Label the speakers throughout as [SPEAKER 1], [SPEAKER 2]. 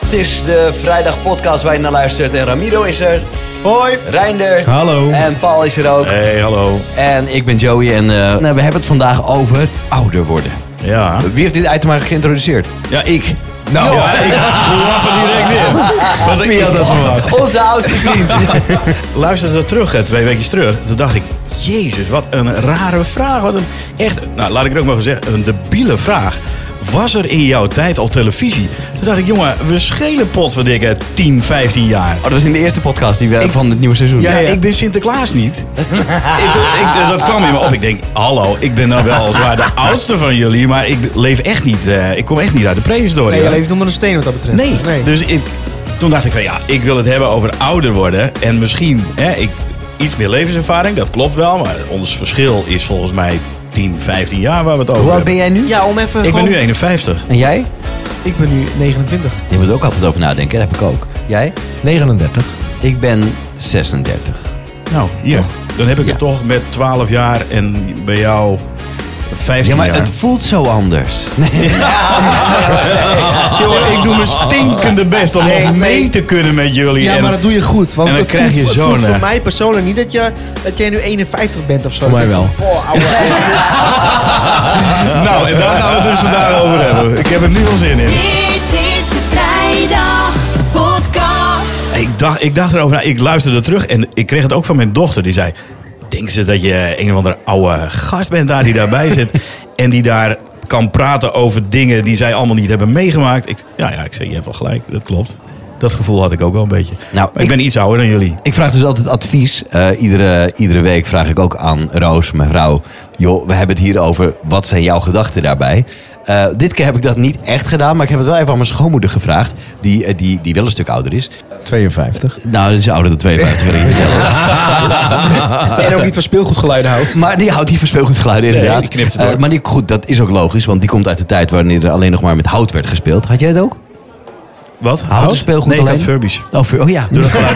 [SPEAKER 1] Het is de vrijdag podcast waar je naar luistert. En Ramiro is er.
[SPEAKER 2] Hoi.
[SPEAKER 1] Reinder.
[SPEAKER 2] Hallo.
[SPEAKER 1] En Paul is er ook.
[SPEAKER 2] Hey, hallo.
[SPEAKER 1] En ik ben Joey. En eh, nou, we hebben het vandaag over ouder worden.
[SPEAKER 2] Ja.
[SPEAKER 1] Wie heeft dit item maar geïntroduceerd?
[SPEAKER 2] Ja, ik.
[SPEAKER 1] Nou,
[SPEAKER 2] Ja, ik lach er direct in. Want ik had dat verwacht.
[SPEAKER 1] onze oudste vriend. Oh,
[SPEAKER 2] Luister dat terug, hè, twee weken terug. Toen dacht ik, jezus, wat een rare vraag. Wat een, echt, nou, laat ik het ook maar zeggen, een debiele vraag. Was er in jouw tijd al televisie? Toen dacht ik, jongen, we schelen potverdikke 10, 15 jaar.
[SPEAKER 1] Oh, dat was in de eerste podcast die we, van het nieuwe seizoen.
[SPEAKER 2] Ja, ik ben Sinterklaas niet. ik, ik- dus dat kwam in me op. Ik denk, hallo, ik ben nou wel zwaar de oudste van jullie, maar ik leef echt niet. eh, ik kom echt niet uit de prehistorie.
[SPEAKER 3] Nee, je
[SPEAKER 2] hoor.
[SPEAKER 3] leeft onder een steen wat dat betreft.
[SPEAKER 2] Nee. Dus ik, toen dacht ik van ja, ik wil het hebben over ouder worden. En misschien hè, ik, iets meer levenservaring, dat klopt wel. Maar ons verschil is volgens mij 10, 15 jaar waar we het over
[SPEAKER 1] Hoe oud
[SPEAKER 2] hebben.
[SPEAKER 1] ben jij nu?
[SPEAKER 3] Ja, om even
[SPEAKER 2] Ik ben
[SPEAKER 3] gewoon...
[SPEAKER 2] nu 51.
[SPEAKER 1] En jij?
[SPEAKER 3] Ik ben nu 29.
[SPEAKER 1] Je moet er ook altijd over nadenken. Dat heb ik ook. Jij?
[SPEAKER 3] 39.
[SPEAKER 1] Ik ben 36.
[SPEAKER 2] Nou, hier. Dan heb ik het
[SPEAKER 1] Ja.
[SPEAKER 2] toch met 12 jaar en bij jou 15
[SPEAKER 1] Ja, maar
[SPEAKER 2] jaar.
[SPEAKER 1] het voelt zo anders.
[SPEAKER 2] Jongen, ik doe mijn stinkende best om
[SPEAKER 3] Nee,
[SPEAKER 2] nog mee
[SPEAKER 3] nee.
[SPEAKER 2] te kunnen met jullie.
[SPEAKER 3] Ja,
[SPEAKER 2] en,
[SPEAKER 3] maar dat doe je goed. Want
[SPEAKER 2] en dan
[SPEAKER 3] het
[SPEAKER 2] krijg
[SPEAKER 3] voelt-
[SPEAKER 2] je
[SPEAKER 3] het
[SPEAKER 2] zo'n,
[SPEAKER 3] voelt
[SPEAKER 2] eh,
[SPEAKER 3] voor mij persoonlijk niet dat, je, dat jij nu 51 bent of zo.
[SPEAKER 1] Voor mij wel.
[SPEAKER 3] Oh, ouwe.
[SPEAKER 2] Nou, en daar gaan we het dus vandaag over hebben. Ik heb er nu al zin in.
[SPEAKER 4] Dit is de Vrijdag Podcast.
[SPEAKER 2] Ik dacht, ik dacht erover na. Ik luisterde terug en ik kreeg het ook van mijn dochter. Die zei, denken ze dat je een of andere oude gast bent daar die daarbij zit. en die daar kan praten over dingen die zij allemaal niet hebben meegemaakt. Ik, ja, ja, ik zei, je hebt wel gelijk. Dat klopt. Dat gevoel had ik ook wel een beetje.
[SPEAKER 1] Nou,
[SPEAKER 2] Nou, ik,
[SPEAKER 1] ik-
[SPEAKER 2] ben iets ouder dan jullie.
[SPEAKER 1] Ik vraag dus altijd advies. Eh, iedere, iedere week vraag ik ook aan Roos, mijn vrouw. Joh, we hebben het hier over. Wat zijn jouw gedachten daarbij? Eh, dit keer heb ik dat niet echt gedaan, maar ik heb het wel even aan mijn schoonmoeder gevraagd. Die, eh, die, die wel een stuk ouder is.
[SPEAKER 3] 52.
[SPEAKER 1] Nou, dat is ouder dan 52. wil ik je vertellen.
[SPEAKER 3] En ook niet van speelgoedgeluiden houdt.
[SPEAKER 1] maar die houdt die van speelgoedgeluiden inderdaad.
[SPEAKER 2] die knipt ze door.
[SPEAKER 1] Eh, maar die, goed, dat is ook logisch, want die komt uit de tijd wanneer er alleen nog maar met hout werd gespeeld. Had jij het ook?
[SPEAKER 2] Wat?
[SPEAKER 1] Houden speelgoed
[SPEAKER 2] nee, ik had
[SPEAKER 1] alleen?
[SPEAKER 2] Furbies.
[SPEAKER 1] Oh, voor- oh ja.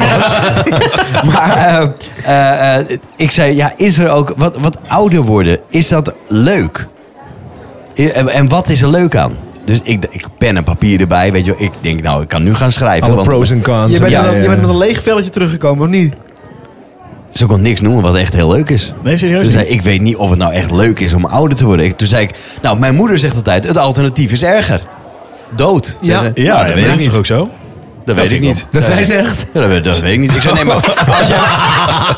[SPEAKER 1] maar eh, eh, eh, ik zei, ja, is er ook wat, wat ouder worden? Is dat leuk? I- En, en wat is er leuk aan? Dus ik, ik pen en papier erbij, weet je wel. Ik denk, nou, ik kan nu gaan schrijven. want
[SPEAKER 3] en cons. Je bent,
[SPEAKER 1] Ja,
[SPEAKER 3] met, een-
[SPEAKER 1] ja,
[SPEAKER 3] je bent
[SPEAKER 1] ja.
[SPEAKER 3] met een leeg velletje teruggekomen, of niet?
[SPEAKER 1] Ze kon niks noemen wat echt heel leuk is.
[SPEAKER 2] Nee, serieus
[SPEAKER 1] Toen
[SPEAKER 2] niet?
[SPEAKER 1] zei ik, ik weet niet of het nou echt leuk is om ouder te worden. Ik- Toen zei ik, nou, mijn moeder zegt altijd, het alternatief is erger. Dood. Zei
[SPEAKER 3] Ja.
[SPEAKER 1] ze,
[SPEAKER 2] Ja,
[SPEAKER 1] nou,
[SPEAKER 2] dat,
[SPEAKER 1] dat weet ik
[SPEAKER 2] is toch
[SPEAKER 1] niet.
[SPEAKER 2] ook zo?
[SPEAKER 1] Dat weet ik
[SPEAKER 2] vind ik
[SPEAKER 1] niet.
[SPEAKER 2] wel.
[SPEAKER 1] Zei ze.
[SPEAKER 3] echt.
[SPEAKER 1] Ja, dat, weet, dat weet ik niet. Ik zei, nee, maar als jij,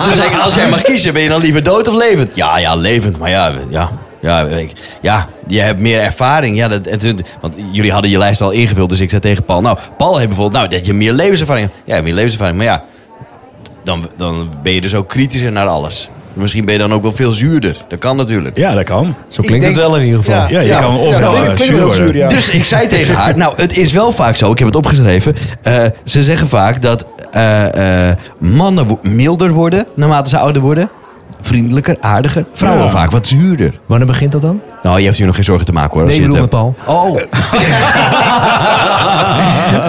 [SPEAKER 1] toen zei ik, als jij mag kiezen, ben je dan liever dood of levend? Ja, ja, levend. Maar ja, we- ja, ja, ik, ja je hebt meer ervaring. Ja, dat, en toen, want jullie hadden je lijst al ingevuld, dus ik zei tegen Paul... Nou, Paul heeft bijvoorbeeld nou, dat je meer levenservaring hebt. Ja, meer levenservaring. Maar ja, dan, dan ben je dus ook kritischer naar alles. Misschien ben je dan ook wel veel zuurder. Dat kan natuurlijk.
[SPEAKER 2] Ja, dat kan.
[SPEAKER 3] Zo
[SPEAKER 5] klinkt het wel in ieder geval.
[SPEAKER 2] Ja, je kan overal, eh, zuur worden.
[SPEAKER 1] Dus ik zei tegen haar, nou, het is wel vaak zo, ik heb het opgeschreven. eh, ze zeggen vaak dat eh, eh, mannen wo- milder worden naarmate ze ouder worden. Vriendelijker, aardiger. Vrouwen
[SPEAKER 2] Ja.
[SPEAKER 1] vaak wat zuurder.
[SPEAKER 5] Wanneer begint dat dan?
[SPEAKER 1] Nou, je hebt hier nog geen zorgen te maken hoor. als
[SPEAKER 5] Nee,
[SPEAKER 1] je
[SPEAKER 5] ik
[SPEAKER 1] het
[SPEAKER 5] bedoel
[SPEAKER 1] hebt. Oh,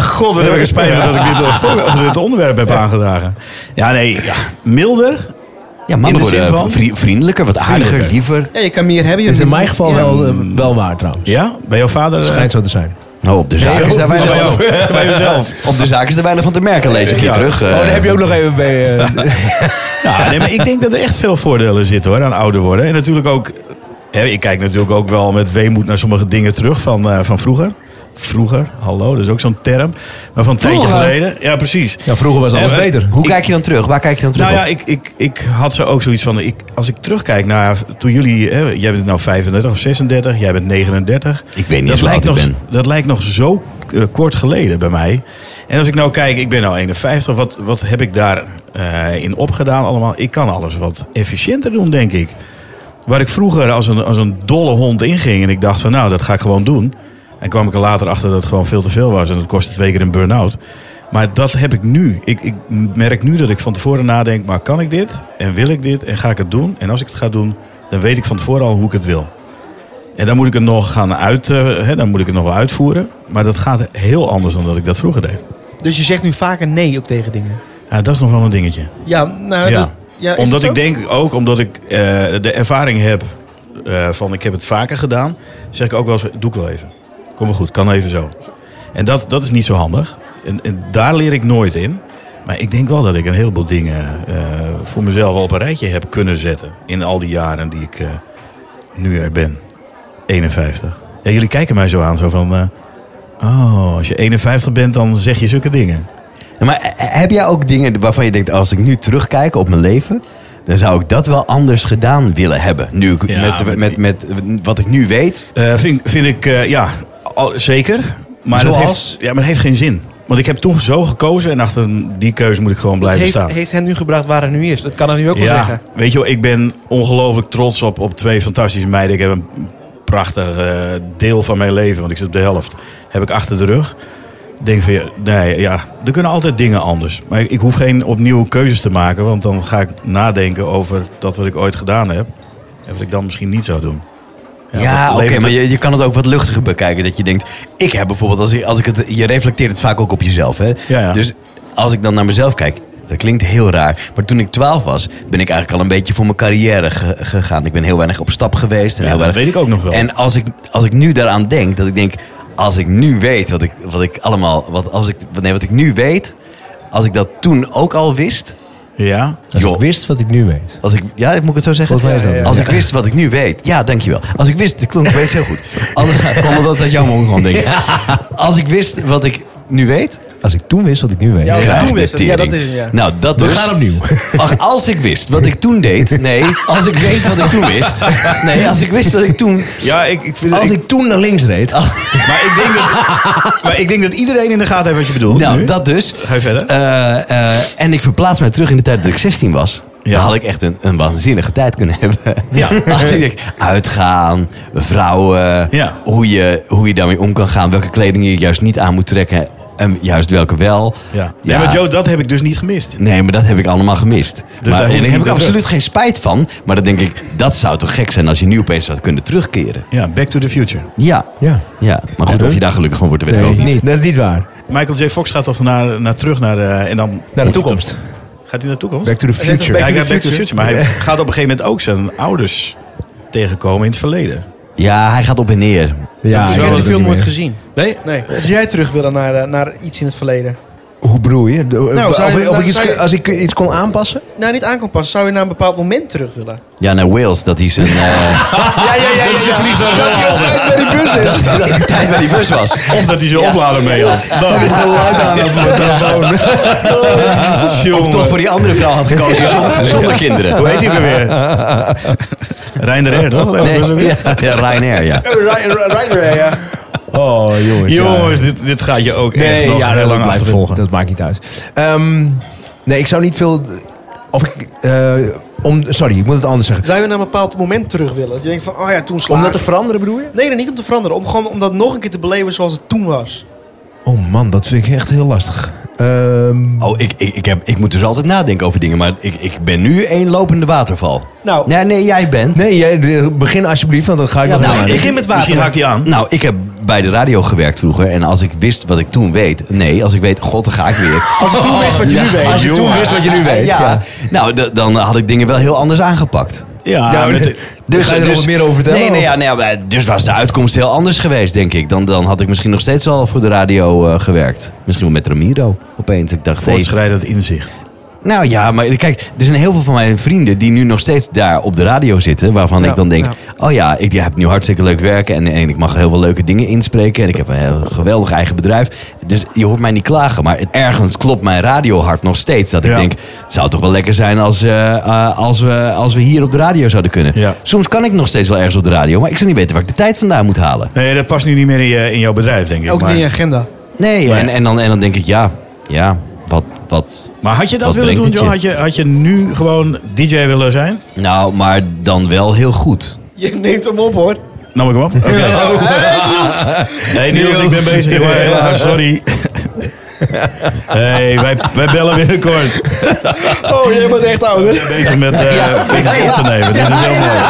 [SPEAKER 2] God, wat heb ik een spijt van dat ik dit, eh, voor- op dit onderwerp heb aangedragen. Ja, nee, ja, milder.
[SPEAKER 1] ja,
[SPEAKER 2] In de
[SPEAKER 1] mannen worden
[SPEAKER 2] zin van?
[SPEAKER 1] vri- vriendelijker, wat aardiger,
[SPEAKER 2] Vriendelijker.
[SPEAKER 1] liever.
[SPEAKER 3] Ja, je kan meer hebben. je
[SPEAKER 5] Is in
[SPEAKER 3] moet-
[SPEAKER 5] mijn geval
[SPEAKER 3] ja.
[SPEAKER 5] wel, eh, wel waar trouwens.
[SPEAKER 2] Ja, bij jouw vader. eh,
[SPEAKER 5] Schijnt zo te zijn.
[SPEAKER 1] Nou, op de zaak is daar
[SPEAKER 2] bij,
[SPEAKER 1] weinig
[SPEAKER 2] jou,
[SPEAKER 1] van-
[SPEAKER 2] bij jezelf.
[SPEAKER 1] Op de zaak is er weinig van te merken, lees ik hier
[SPEAKER 2] Ja. Oh,
[SPEAKER 1] terug. eh.
[SPEAKER 5] ook nog even bij...
[SPEAKER 2] eh, Ja, nee, maar ik denk dat er echt veel voordelen zitten hoor, aan ouder worden. En natuurlijk ook, hè, ik kijk natuurlijk ook wel met weemoed naar sommige dingen terug van, eh, van vroeger. Vroeger, hallo, dat is ook zo'n term. Maar van een tijdje
[SPEAKER 1] Vroeger?
[SPEAKER 2] geleden. Ja, precies.
[SPEAKER 5] ja, vroeger was alles
[SPEAKER 2] Eh, maar-
[SPEAKER 5] beter.
[SPEAKER 1] Hoe kijk je dan terug? Waar kijk je dan terug
[SPEAKER 2] Nou ja,
[SPEAKER 1] op?
[SPEAKER 2] ik, ik, ik had zo ook zoiets van, ik, als ik terugkijk naar toen jullie, hè, jij bent nou 35 of 36, jij bent 39.
[SPEAKER 1] Ik weet niet
[SPEAKER 2] dat
[SPEAKER 1] eens hoe
[SPEAKER 2] lijkt,
[SPEAKER 1] oud
[SPEAKER 2] nog,
[SPEAKER 1] ik ben.
[SPEAKER 2] dat lijkt nog zo eh, kort geleden bij mij. En als ik nou kijk, ik ben nou 51, wat, wat heb ik daarin in opgedaan allemaal? Ik kan alles wat efficiënter doen, denk ik. Waar ik vroeger als een, als een dolle hond inging en ik dacht van nou, dat ga ik gewoon doen. En kwam ik er later achter dat het gewoon veel te veel was en dat kostte twee keer een burn-out. Maar dat heb ik nu. Ik, ik merk nu dat ik van tevoren nadenk, maar kan ik dit? En wil ik dit? En ga ik het doen? En als ik het ga doen, dan weet ik van tevoren al hoe ik het wil. En dan moet ik het nog gaan uit, eh, hè, dan moet ik het nog wel uitvoeren. Maar dat gaat heel anders dan dat ik dat vroeger deed.
[SPEAKER 3] Dus je zegt nu vaker nee ook tegen dingen.
[SPEAKER 2] Ja, dat is nog wel een dingetje.
[SPEAKER 3] Ja, nou...
[SPEAKER 2] Ja.
[SPEAKER 3] dat- ja, is het
[SPEAKER 2] omdat
[SPEAKER 3] zo?
[SPEAKER 2] ik denk ook, omdat ik eh, de ervaring heb eh, van ik heb het vaker gedaan, zeg ik ook wel eens, doe ik wel even. Kom wel goed, kan even zo. En dat, dat is niet zo handig. En, en daar leer ik nooit in. Maar ik denk wel dat ik een heleboel dingen eh, voor mezelf al op een rijtje heb kunnen zetten. In al die jaren die ik eh, nu er ben. 51. Ja, jullie kijken mij zo aan, zo van... eh, oh, als je 51 bent, dan zeg je zulke dingen.
[SPEAKER 1] Ja, maar eh, heb jij ook dingen waarvan je denkt, als ik nu terugkijk op mijn leven, dan zou ik dat wel anders gedaan willen hebben. Nu ik-
[SPEAKER 2] Ja,
[SPEAKER 1] met,
[SPEAKER 2] maar-
[SPEAKER 1] met, met, wat ik nu weet.
[SPEAKER 2] Eh, vind, vind ik, eh, ja, al- zeker. Maar dat,
[SPEAKER 1] Zoals?
[SPEAKER 2] heeft, ja, maar dat heeft geen zin. Want ik heb toen zo gekozen en achter die keuze moet ik gewoon blijven
[SPEAKER 3] heeft,
[SPEAKER 2] staan.
[SPEAKER 3] heeft hen nu gebracht waar het nu is. Dat kan er nu ook wel
[SPEAKER 2] ja,
[SPEAKER 3] zeggen.
[SPEAKER 2] weet je wel, ik ben ongelooflijk trots op, op twee fantastische meiden. Ik heb een prachtig eh, deel van mijn leven, want ik zit op de helft, heb ik achter de rug. Ik Denk van, ja, nee, ja, er kunnen altijd dingen anders. Maar ik, ik hoef geen opnieuw keuzes te maken, want dan ga ik nadenken over dat wat ik ooit gedaan heb. En wat ik dan misschien niet zou doen.
[SPEAKER 1] Ja,
[SPEAKER 2] wat
[SPEAKER 1] oké,
[SPEAKER 2] levert het-
[SPEAKER 1] maar je, je kan het ook wat luchtiger bekijken. Dat je denkt, ik heb bijvoorbeeld, als ik, als ik het, je reflecteert het vaak ook op jezelf. Hè?
[SPEAKER 2] Ja, ja.
[SPEAKER 1] Dus als ik dan naar mezelf kijk, dat klinkt heel raar. Maar toen ik 12 was, ben ik eigenlijk al een beetje voor mijn carrière ge- gegaan. Ik ben heel weinig op stap geweest. En
[SPEAKER 2] Ja,
[SPEAKER 1] heel
[SPEAKER 2] dat
[SPEAKER 1] weinig,
[SPEAKER 2] weet ik ook nog wel.
[SPEAKER 1] En als ik, als ik nu daaraan denk, dat ik denk, als ik nu weet wat ik, wat ik allemaal, wat, als ik, nee, wat ik nu weet, als ik dat toen ook al wist.
[SPEAKER 2] Ja,
[SPEAKER 5] Als
[SPEAKER 1] joh,
[SPEAKER 5] ik wist wat ik nu weet.
[SPEAKER 1] als ik, ja, moet ik het zo zeggen?
[SPEAKER 5] Volgens mij is dat het.
[SPEAKER 1] Als
[SPEAKER 5] Ja.
[SPEAKER 1] ik wist wat ik nu weet. Ja, dankjewel. Als ik wist, dat klonk weet heel goed. Als, kom omdat dat jouw mond kwam, denk ik. Als ik wist wat ik nu weet,
[SPEAKER 5] Als ik toen wist wat ik nu weet.
[SPEAKER 3] Ja, als ik
[SPEAKER 1] graag
[SPEAKER 3] toen
[SPEAKER 1] de
[SPEAKER 3] wist het. Ja,
[SPEAKER 1] tering.
[SPEAKER 3] dat is het, ja.
[SPEAKER 1] Nou, dat
[SPEAKER 5] We
[SPEAKER 1] dus.
[SPEAKER 5] gaan opnieuw.
[SPEAKER 1] Ach, als ik wist wat ik toen deed. Nee, als ik weet wat ik toen wist. Nee, als ik wist dat ik toen... Ah,
[SPEAKER 2] ja ik, ik vind
[SPEAKER 5] Als ik toen naar links reed.
[SPEAKER 2] Maar ik, denk dat, maar ik denk dat iedereen in de gaten heeft wat je bedoelt.
[SPEAKER 1] Nou,
[SPEAKER 2] nu.
[SPEAKER 1] dat dus.
[SPEAKER 2] Ga je verder?
[SPEAKER 1] Eh, eh, en ik verplaats mij terug in de tijd dat ik 16 was.
[SPEAKER 2] Ja.
[SPEAKER 1] Dan had ik echt een, een waanzinnige tijd kunnen hebben.
[SPEAKER 2] Ja.
[SPEAKER 1] Had ik denk, uitgaan, vrouwen,
[SPEAKER 2] Ja.
[SPEAKER 1] hoe, je, hoe je daarmee om kan gaan. Welke kleding je juist niet aan moet trekken en juist welke wel.
[SPEAKER 2] ja. Nee, maar Joe, dat heb ik dus niet gemist.
[SPEAKER 1] Nee, maar dat heb ik allemaal gemist.
[SPEAKER 2] Dus
[SPEAKER 1] maar, en
[SPEAKER 2] daar hoef je
[SPEAKER 1] daar
[SPEAKER 2] niet
[SPEAKER 1] heb ik
[SPEAKER 2] naar
[SPEAKER 1] absoluut geen spijt van. Maar dan denk ik, dat zou toch gek zijn als je nu opeens zou kunnen terugkeren.
[SPEAKER 2] Ja, Back to the Future.
[SPEAKER 1] Ja,
[SPEAKER 5] Ja.
[SPEAKER 1] ja. maar goed,
[SPEAKER 5] Ja.
[SPEAKER 1] of je daar gelukkig van wordt, weet ik
[SPEAKER 5] Nee,
[SPEAKER 1] ook niet.
[SPEAKER 5] niet. dat is niet waar.
[SPEAKER 2] Michael J. Fox gaat toch naar, naar terug naar de, en dan
[SPEAKER 5] Naar de toekomst.
[SPEAKER 2] Gaat hij naar de toekomst?
[SPEAKER 5] Back to the
[SPEAKER 2] Ja,
[SPEAKER 5] future.
[SPEAKER 2] hij gaat Back to the Future. Maar hij gaat op een gegeven moment ook zijn ouders tegenkomen in het verleden.
[SPEAKER 1] Ja, hij gaat op en neer.
[SPEAKER 5] Ja,
[SPEAKER 2] Dat is
[SPEAKER 3] ik
[SPEAKER 2] wel
[SPEAKER 3] heb
[SPEAKER 2] wat
[SPEAKER 3] die
[SPEAKER 2] ik
[SPEAKER 3] film
[SPEAKER 5] niet
[SPEAKER 3] nooit
[SPEAKER 5] meer.
[SPEAKER 3] gezien.
[SPEAKER 2] Nee?
[SPEAKER 3] Nee. Als jij terug wil naar, eh, naar iets in het verleden.
[SPEAKER 5] Hoe bedoel je? De- of,
[SPEAKER 3] zou je-
[SPEAKER 5] of
[SPEAKER 3] nou,
[SPEAKER 5] ik iets,
[SPEAKER 3] zou je-
[SPEAKER 5] als ik iets kon aanpassen?
[SPEAKER 3] Nou, niet aan kan passen. Zou je naar een bepaald moment terug willen?
[SPEAKER 1] Ja, naar Wales, dat hij zijn... eh,
[SPEAKER 3] Ja, ja, ja. Dat je vliegt door bij die bus is.
[SPEAKER 1] dat hij op tijd bij die bus was.
[SPEAKER 2] Of dat hij zijn oplader mee had. Dat is geluid aan op mijn telefoon.
[SPEAKER 1] Of toch voor die andere vrouw had gekozen zonder, zonder
[SPEAKER 2] Hoe
[SPEAKER 1] kinderen.
[SPEAKER 2] heet hij nou weer? Rein de Reer, toch?
[SPEAKER 1] Nee, ja, ja, Ryanair, ja.
[SPEAKER 3] Oh, Ryanair, ja.
[SPEAKER 5] Oh, jongens. ja.
[SPEAKER 2] Jongens, dit, dit gaat je ook echt nog heel
[SPEAKER 5] dat
[SPEAKER 2] lang
[SPEAKER 5] blijft-
[SPEAKER 2] achtervolgen.
[SPEAKER 5] Dat maakt niet uit. Ehm, nee, ik zou niet veel... Of ik... eh, om, sorry, ik moet het anders zeggen.
[SPEAKER 3] Zou je naar een bepaald moment terug willen? Dat je denkt van, oh ja, toen
[SPEAKER 5] Om
[SPEAKER 3] slaagde
[SPEAKER 5] dat te veranderen bedoel je?
[SPEAKER 3] Nee, nee, niet om te veranderen. Om, gewoon, om dat nog een keer te beleven zoals het toen was.
[SPEAKER 5] Oh man, dat vind ik echt heel lastig. Ehm,
[SPEAKER 1] Oh, ik, ik, ik, heb, ik moet dus altijd nadenken over dingen, maar ik, ik ben nu één lopende waterval.
[SPEAKER 3] Nou.
[SPEAKER 1] Nee, nee, jij bent.
[SPEAKER 5] nee, jij, de- begin alsjeblieft, want dan ga ik
[SPEAKER 1] Ja,
[SPEAKER 5] nog
[SPEAKER 1] nou,
[SPEAKER 5] naar-
[SPEAKER 1] ik-
[SPEAKER 3] Begin met water.
[SPEAKER 2] Misschien haakt hij aan.
[SPEAKER 1] Nou, ik heb bij de radio gewerkt vroeger. En als ik wist wat ik toen weet. Nee, als ik weet, god, dan ga ik weer. Als je toen wist wat je nu weet. Als je toen wist wat je nu weet. Ja.
[SPEAKER 5] ja.
[SPEAKER 1] Nou, d- dan had ik dingen wel heel anders aangepakt.
[SPEAKER 2] Ja,
[SPEAKER 5] Ja,
[SPEAKER 2] maar
[SPEAKER 5] maar
[SPEAKER 2] dit-
[SPEAKER 5] Dus, ga je er nog wat meer over vertellen?
[SPEAKER 1] Nee, nee,
[SPEAKER 5] of-
[SPEAKER 1] ja, nee, ja, maar dus was de uitkomst heel anders geweest, denk ik. Dan, dan had ik misschien nog steeds al voor de radio eh, gewerkt. Misschien wel met Ramiro opeens. Ik dacht, hey,
[SPEAKER 2] voortschrijdend inzicht.
[SPEAKER 1] nou ja, maar kijk, er zijn heel veel van mijn vrienden die nu nog steeds daar op de radio zitten. Waarvan
[SPEAKER 3] Ja,
[SPEAKER 1] ik dan denk,
[SPEAKER 3] ja.
[SPEAKER 1] oh ja, ik heb nu hartstikke leuk werken. En, en ik mag heel veel leuke dingen inspreken. En ik heb een heel geweldig eigen bedrijf. Dus je hoort mij niet klagen. Maar het- ergens klopt mijn radiohart nog steeds. Dat ik
[SPEAKER 2] Ja.
[SPEAKER 1] denk, het zou toch wel lekker zijn als, eh, eh, als, we, als we hier op de radio zouden kunnen.
[SPEAKER 2] Ja.
[SPEAKER 1] Soms kan ik nog steeds wel ergens op de radio. Maar ik zou niet weten waar ik de tijd vandaan moet halen.
[SPEAKER 2] Nee, dat past nu niet meer in, je, in jouw bedrijf, denk ik.
[SPEAKER 3] Ook niet
[SPEAKER 2] maar,
[SPEAKER 3] in je agenda.
[SPEAKER 1] Nee,
[SPEAKER 2] Nee.
[SPEAKER 1] En, en, dan, en dan denk ik, ja, ja, wat... wat
[SPEAKER 2] maar had je dat
[SPEAKER 1] Wat
[SPEAKER 2] willen doen,
[SPEAKER 1] brengt
[SPEAKER 2] John?
[SPEAKER 1] het
[SPEAKER 2] Had je, had je nu gewoon DJ willen zijn?
[SPEAKER 1] nou, maar dan wel heel goed.
[SPEAKER 3] Je neemt hem op, hoor.
[SPEAKER 2] Nam ik hem op? Oké. Hey Niels, ik ben bezig. maar helaas, sorry. hey, wij, wij bellen binnenkort. Ik
[SPEAKER 3] Oh, jij bent echt ouder.
[SPEAKER 2] ben bezig met eh pictures op te nemen. Dit is heel mooi.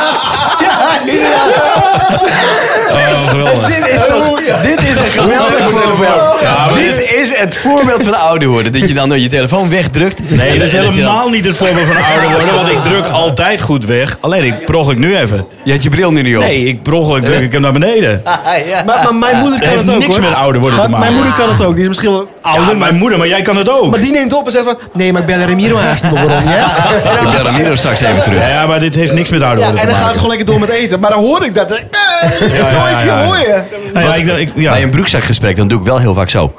[SPEAKER 2] Oh, geweldig. Oh,
[SPEAKER 3] Oh,
[SPEAKER 1] Dit is, toch, dit is een geweldig voorbeeld.
[SPEAKER 2] Ja, maar
[SPEAKER 1] dit is het voorbeeld van ouder worden. Dat je dan door je telefoon wegdrukt.
[SPEAKER 2] Nee,
[SPEAKER 1] En
[SPEAKER 2] dat is
[SPEAKER 1] je dan-
[SPEAKER 2] helemaal niet het voorbeeld van ouder worden. Want ik druk altijd goed weg. Alleen ik proggelijk nu even.
[SPEAKER 1] Je had je bril nu niet op.
[SPEAKER 2] Nee, ik proggelijk druk ik hem naar beneden.
[SPEAKER 3] Maar, maar mijn moeder kan
[SPEAKER 2] heeft
[SPEAKER 3] het ook
[SPEAKER 2] niks
[SPEAKER 3] hoor.
[SPEAKER 2] met ouder worden te
[SPEAKER 3] Maar Mijn
[SPEAKER 2] maken.
[SPEAKER 3] moeder kan het ook. Die is misschien wel ouder,
[SPEAKER 2] Ja,
[SPEAKER 3] maar,
[SPEAKER 2] mijn moeder, maar jij kan het ook.
[SPEAKER 3] maar die neemt op en zegt van... Nee, maar ik ben Ramiro haast nog rond, ja?
[SPEAKER 1] Ik bel Ramiro straks even terug.
[SPEAKER 2] Ja, maar dit heeft niks met ouder
[SPEAKER 3] Ja, en
[SPEAKER 2] worden
[SPEAKER 3] dan
[SPEAKER 2] te
[SPEAKER 3] gaat het
[SPEAKER 2] maken.
[SPEAKER 3] gewoon lekker door met eten. Maar dan hoor ik dat. eh, eh,
[SPEAKER 2] Ja, ja,
[SPEAKER 3] hoor ik je,
[SPEAKER 2] ja, ja.
[SPEAKER 3] hoor je.
[SPEAKER 2] Nou ja, ik- ik- ja.
[SPEAKER 1] Bij een broekzakgesprek, dan doe ik wel heel vaak zo.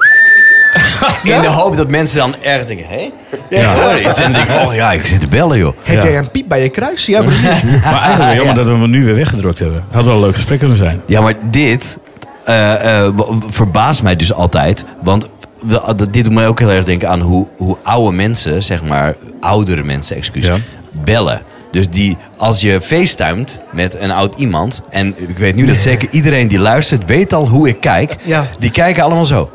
[SPEAKER 1] In de hoop dat mensen dan erg denken, hé? Ja. hoor iets. En denk ik, oh ja, ik zit te bellen, joh.
[SPEAKER 3] Heb
[SPEAKER 2] Ja.
[SPEAKER 3] jij een piep bij je kruis? Ja, precies.
[SPEAKER 2] Maar eigenlijk wel jammer dat we hem nu weer weggedrukt hebben. Had wel een leuk gesprek kunnen zijn.
[SPEAKER 1] Ja, maar dit eh, eh, w- w- verbaast mij dus altijd. Want w- d- dit doet mij ook heel erg denken aan hoe, hoe oude mensen, zeg maar, oudere mensen, excuus,
[SPEAKER 2] Ja.
[SPEAKER 1] bellen. Dus die, als je facetimet met een oud iemand, en ik weet nu dat zeker iedereen die luistert weet al hoe ik kijk,
[SPEAKER 3] Ja.
[SPEAKER 1] die kijken allemaal zo.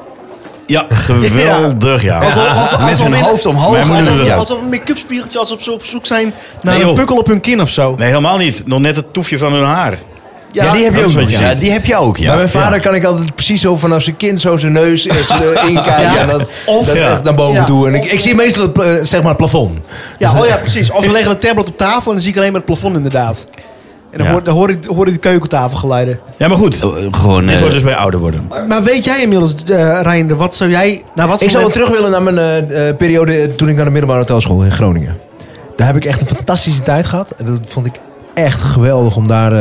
[SPEAKER 2] Ja, geweldig, ja.
[SPEAKER 3] Alsof, als,
[SPEAKER 1] Met
[SPEAKER 3] alsof,
[SPEAKER 1] hun
[SPEAKER 3] in-
[SPEAKER 1] hoofd omhoog.
[SPEAKER 2] Mijn moeder
[SPEAKER 3] alsof,
[SPEAKER 2] Ja.
[SPEAKER 3] alsof een make-up spiegeltje, alsof ze op zoek zijn naar
[SPEAKER 2] Nee, joh.
[SPEAKER 3] een pukkel op hun kin of zo.
[SPEAKER 2] Nee, helemaal niet. Nog net het toefje van hun haar.
[SPEAKER 1] Ja, die heb je
[SPEAKER 2] dat
[SPEAKER 1] ook.
[SPEAKER 2] is wat
[SPEAKER 1] nog.
[SPEAKER 2] je
[SPEAKER 1] Ja,
[SPEAKER 2] ziet.
[SPEAKER 1] die heb je ook,
[SPEAKER 5] Bij
[SPEAKER 1] ja.
[SPEAKER 5] mijn vader kan ik altijd precies zo vanaf zijn kind zo zijn neus en zijn inkijken. En dan,
[SPEAKER 3] Of-
[SPEAKER 5] dat
[SPEAKER 2] Ja.
[SPEAKER 5] echt naar boven
[SPEAKER 3] Ja.
[SPEAKER 5] toe. En ik, ik zie meestal het, pla- eh, zeg maar het plafond.
[SPEAKER 3] Ja, oh ja, precies. Of we leggen een tablet op tafel en dan zie ik alleen maar het plafond inderdaad. En dan,
[SPEAKER 2] Ja.
[SPEAKER 3] hoor, dan hoor, ik, hoor ik de keukentafel geluiden.
[SPEAKER 2] Ja, maar goed.
[SPEAKER 1] Eh, Gewoon,
[SPEAKER 2] Dit
[SPEAKER 1] eh,
[SPEAKER 2] wordt dus bij ouder worden.
[SPEAKER 3] Maar weet jij inmiddels, eh Reinder, wat zou jij... Naar wat
[SPEAKER 5] Ik
[SPEAKER 3] voor
[SPEAKER 5] zou wel
[SPEAKER 3] mensen-
[SPEAKER 5] terug willen naar mijn eh, eh, periode toen ik naar de middelbare hotelschool in Groningen. Daar heb ik echt een fantastische tijd gehad. En dat vond ik echt geweldig om daar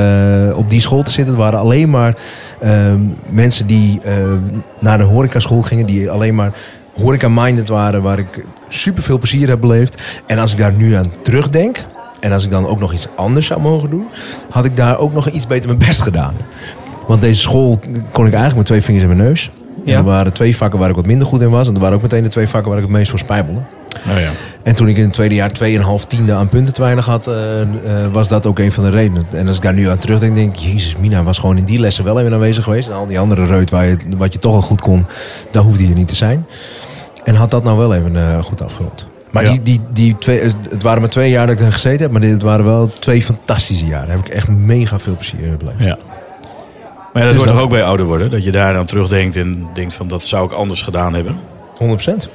[SPEAKER 5] eh, op die school te zitten. Het waren alleen maar eh, mensen die eh, naar de horecaschool gingen. Die alleen maar horeca-minded waren. Waar ik super veel plezier heb beleefd. En als ik daar nu aan terugdenk... En als ik dan ook nog iets anders zou mogen doen... had ik daar ook nog iets beter mijn best gedaan. Want deze school kon ik eigenlijk met twee vingers in mijn neus. En
[SPEAKER 3] Ja.
[SPEAKER 5] er waren twee vakken waar ik wat minder goed in was. En er waren ook meteen de twee vakken waar ik het meest voor spijbelde.
[SPEAKER 2] Nou ja.
[SPEAKER 5] En toen ik in het tweede jaar 2,5 tiende aan punten te weinig had, eh, eh, was dat ook een van de redenen. En als ik daar nu aan terugdenk, denk ik, Jezus, Mina was gewoon in die lessen wel even aanwezig geweest. En al die andere reut waar je, wat je toch al goed kon, daar hoefde je niet te zijn. En had dat nou wel even eh, goed afgerond. Maar
[SPEAKER 2] Ja.
[SPEAKER 5] die, die, die twee, eh, het waren maar twee jaar dat ik er gezeten heb, maar dit waren wel twee fantastische jaren. Daar heb ik echt mega veel plezier in beleefd.
[SPEAKER 2] Ja. Maar ja, dat
[SPEAKER 5] Dus
[SPEAKER 2] hoort
[SPEAKER 5] dat-
[SPEAKER 2] toch ook bij ouder worden? Dat je daar aan terugdenkt en denkt van dat zou ik anders gedaan hebben.
[SPEAKER 5] 100%.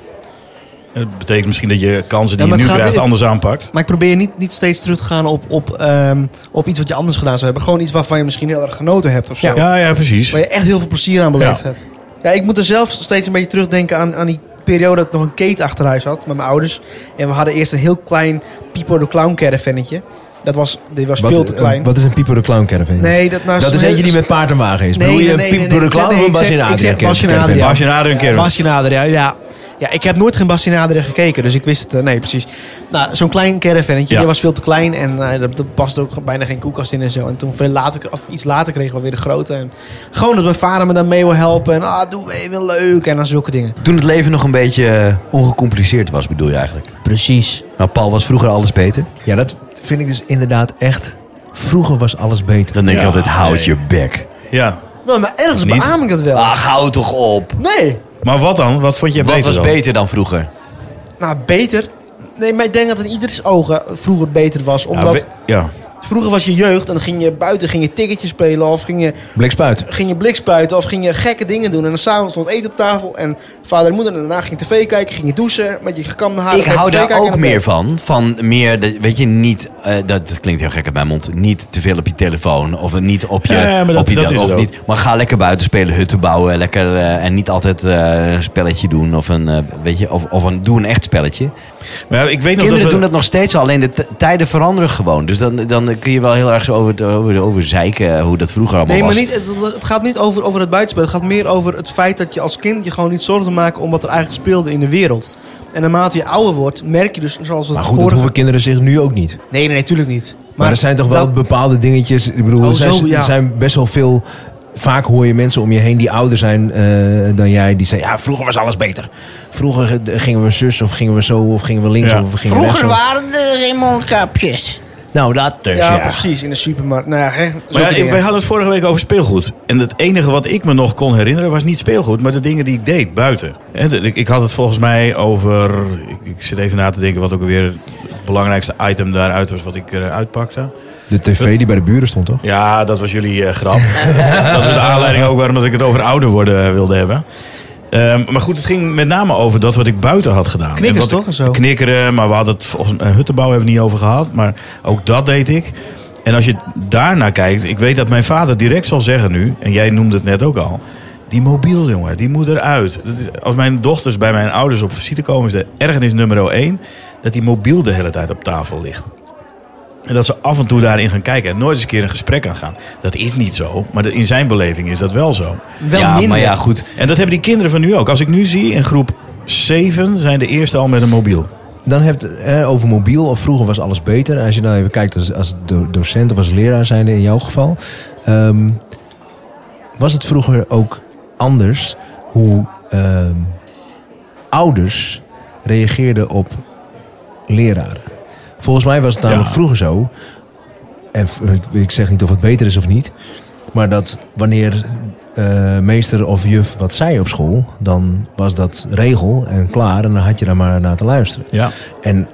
[SPEAKER 2] En Dat betekent misschien dat je kansen
[SPEAKER 3] Ja,
[SPEAKER 2] die
[SPEAKER 3] maar
[SPEAKER 2] je nu
[SPEAKER 3] het gaat
[SPEAKER 2] krijgt
[SPEAKER 3] in-
[SPEAKER 2] anders aanpakt.
[SPEAKER 3] Maar ik probeer niet, niet steeds terug te gaan op, op, ehm, op iets wat je anders gedaan zou hebben. Gewoon iets waarvan je misschien heel erg genoten hebt of zo.
[SPEAKER 2] Ja, ja, precies.
[SPEAKER 3] Waar je echt heel veel plezier aan beleefd
[SPEAKER 2] Ja.
[SPEAKER 3] hebt. Ja, ik moet er zelf steeds een beetje terugdenken aan, aan die periode dat ik nog een keet achter huis had met mijn ouders. En we hadden eerst een heel klein Pipo de Clown caravannetje. Dat was, dit was veel te
[SPEAKER 5] eh,
[SPEAKER 3] klein.
[SPEAKER 5] wat is een Pieper de Clown caravan?
[SPEAKER 3] nee, dat, nou,
[SPEAKER 5] dat
[SPEAKER 3] zo'n
[SPEAKER 5] is
[SPEAKER 3] heel-
[SPEAKER 5] eentje die met paard en wagen is.
[SPEAKER 3] Nee,
[SPEAKER 5] Bedoel je
[SPEAKER 3] nee,
[SPEAKER 5] een
[SPEAKER 3] nee,
[SPEAKER 5] Pieper
[SPEAKER 3] nee,
[SPEAKER 5] de
[SPEAKER 3] ik zeg-
[SPEAKER 5] Clown of
[SPEAKER 3] nee,
[SPEAKER 5] een
[SPEAKER 3] ik
[SPEAKER 5] Bas in
[SPEAKER 3] zeg- ik zeg
[SPEAKER 5] Adria?
[SPEAKER 3] Bas in
[SPEAKER 5] caravan?
[SPEAKER 3] Adria.
[SPEAKER 2] Als je nader een keer.
[SPEAKER 3] Eh, Basje Nader, ja, ja. Ja, ik heb nooit geen Basje Nader gekeken, dus ik wist het. eh, Nee, precies. Nou, zo'n klein caravannetje,
[SPEAKER 2] Ja.
[SPEAKER 3] die was veel te klein en eh, dat er paste ook bijna geen koelkast in en zo. En toen veel later, of iets later kregen we weer de grote. En gewoon dat mijn vader me dan mee wil helpen en ah, doe mee, wel leuk en dan zulke dingen.
[SPEAKER 1] Toen het leven nog een beetje eh, ongecompliceerd was, bedoel je eigenlijk.
[SPEAKER 3] Precies.
[SPEAKER 1] Maar Paul was vroeger alles beter.
[SPEAKER 5] Ja, dat vind ik dus inderdaad echt. Vroeger was alles beter.
[SPEAKER 1] Dan denk ik
[SPEAKER 2] Ja,
[SPEAKER 1] altijd, houd
[SPEAKER 2] nee.
[SPEAKER 1] je bek.
[SPEAKER 2] Ja.
[SPEAKER 3] Nou, maar ergens
[SPEAKER 2] Niet? Ah.
[SPEAKER 3] beaam ik dat wel.
[SPEAKER 1] Ach, hou toch op.
[SPEAKER 3] Nee.
[SPEAKER 2] Maar wat dan? Wat vond je
[SPEAKER 1] Wat
[SPEAKER 2] beter
[SPEAKER 1] was
[SPEAKER 2] dan?
[SPEAKER 1] beter dan vroeger?
[SPEAKER 2] Ah,
[SPEAKER 3] Nou, beter. Nee, maar ik denk dat in ieders ogen vroeger beter was.
[SPEAKER 2] Ja,
[SPEAKER 3] Omdat
[SPEAKER 2] Nou, we- ja.
[SPEAKER 3] vroeger was je jeugd en dan ging je buiten ging je ticketje spelen of ging je
[SPEAKER 5] Blikspuit.
[SPEAKER 3] ging je blik spuiten of ging je gekke dingen doen. En dan s'avonds stond eten op tafel en vader en moeder. En daarna ging je tv kijken, ging je douchen met je gekamde haren.
[SPEAKER 1] ik
[SPEAKER 3] ging je
[SPEAKER 1] hou
[SPEAKER 3] tv
[SPEAKER 1] daar
[SPEAKER 3] kijken en
[SPEAKER 1] ook
[SPEAKER 3] dan
[SPEAKER 1] meer
[SPEAKER 3] bed.
[SPEAKER 1] van. Van meer, dat- weet je, niet... eh, dat, dat klinkt heel gek uit mijn mond. Niet te veel op je telefoon. Of niet op je...
[SPEAKER 2] Ja, ja, maar dat-
[SPEAKER 1] op je
[SPEAKER 2] dat
[SPEAKER 1] tel-
[SPEAKER 2] is het
[SPEAKER 1] of
[SPEAKER 2] ook.
[SPEAKER 1] niet, maar ga lekker buiten spelen, hutten bouwen. Lekker, eh, en niet altijd eh, een spelletje doen. Of een, eh, weet je, of, of een, doe een echt spelletje.
[SPEAKER 2] Maar ja, ik weet nog dat
[SPEAKER 1] Kinderen
[SPEAKER 2] we-
[SPEAKER 1] doen dat nog steeds al, alleen de t- tijden veranderen gewoon. Dus dan, dan kun je wel heel erg zo over, over, over zeiken eh, hoe dat vroeger allemaal
[SPEAKER 3] Nee, maar
[SPEAKER 1] was.
[SPEAKER 3] niet, het, het gaat niet over, over het buitenspel. Het gaat meer over het feit dat je als kind je gewoon niet zorgen maakt om wat er eigenlijk speelde in de wereld. En naarmate je ouder wordt, merk je dus, zoals we
[SPEAKER 5] Maar
[SPEAKER 3] het
[SPEAKER 5] goed, dat
[SPEAKER 3] vorige...
[SPEAKER 5] hoeven kinderen zich nu ook niet. Maar,
[SPEAKER 3] Nee, nee, natuurlijk niet. Maar,
[SPEAKER 5] er zijn toch wel
[SPEAKER 3] dat-
[SPEAKER 5] bepaalde dingetjes. Ik bedoel,
[SPEAKER 3] Oh,
[SPEAKER 5] er, zijn,
[SPEAKER 3] zo, ja.
[SPEAKER 5] er zijn best wel veel. Vaak hoor je mensen om je heen die ouder zijn eh, dan jij. Die zeggen, ja, vroeger was alles beter. Vroeger eh, gingen we zus of gingen we zo of gingen we links
[SPEAKER 2] Ja.
[SPEAKER 5] of we gingen we
[SPEAKER 6] Vroeger
[SPEAKER 5] rechts. of-
[SPEAKER 6] waren er geen mondkapjes.
[SPEAKER 5] Nou, dat dus,
[SPEAKER 3] Ja,
[SPEAKER 5] ja.
[SPEAKER 3] precies, in de supermarkt. Nou ja, hè,
[SPEAKER 2] Maar ja,
[SPEAKER 3] zulke
[SPEAKER 2] ik-
[SPEAKER 3] dingen.
[SPEAKER 2] wij hadden het vorige week over speelgoed. En het enige wat ik me nog kon herinneren was niet speelgoed, maar de dingen die ik deed buiten. Hè, de- ik, ik had het volgens mij over. Ik, ik zit even na te denken wat ook alweer het belangrijkste item daaruit was wat ik eruit uitpakte.
[SPEAKER 5] De tv die bij de buren stond, toch?
[SPEAKER 2] Ja, dat was jullie eh, grap. dat was de aanleiding ook waarom dat ik het over ouder worden eh, wilde hebben. Eh, Ehm, maar goed, het ging met name over dat wat ik buiten had gedaan.
[SPEAKER 3] Knikkers
[SPEAKER 2] En wat
[SPEAKER 3] toch
[SPEAKER 2] ik-
[SPEAKER 3] en zo?
[SPEAKER 2] Knikkeren, maar we hadden het volgens eh, huttenbouw hebben we het niet over gehad. Maar ook dat deed ik. En als je daarnaar kijkt, ik weet dat mijn vader direct zal zeggen nu, en jij noemde het net ook al. Die mobiel, jongen, die moet eruit. Dat is- Als mijn dochters bij mijn ouders op visite komen, is de ergernis nummer één dat die mobiel de hele tijd op tafel ligt. En dat ze af en toe daarin gaan kijken en nooit eens een keer een gesprek aan gaan. Dat is niet zo, maar in zijn beleving is dat wel zo.
[SPEAKER 3] Wel
[SPEAKER 1] ja,
[SPEAKER 3] minder.
[SPEAKER 1] maar ja, goed.
[SPEAKER 2] En dat hebben die kinderen van nu ook. Als ik nu zie, in groep 7 zijn de eerste al met een mobiel.
[SPEAKER 5] Dan heb je het eh, over mobiel, of vroeger was alles beter. Als je nou even kijkt als, als do- docent of als leraar zijnde in jouw geval. ehm, was het vroeger ook anders hoe ehm, ouders reageerden op leraren? Volgens mij was het namelijk
[SPEAKER 2] Ja.
[SPEAKER 5] vroeger zo. En v- ik- ik zeg niet of het beter is of niet. Maar dat wanneer eh, meester of juf wat zei op school, dan was dat regel en klaar. En dan had je daar maar naar te luisteren.
[SPEAKER 2] Ja.
[SPEAKER 5] En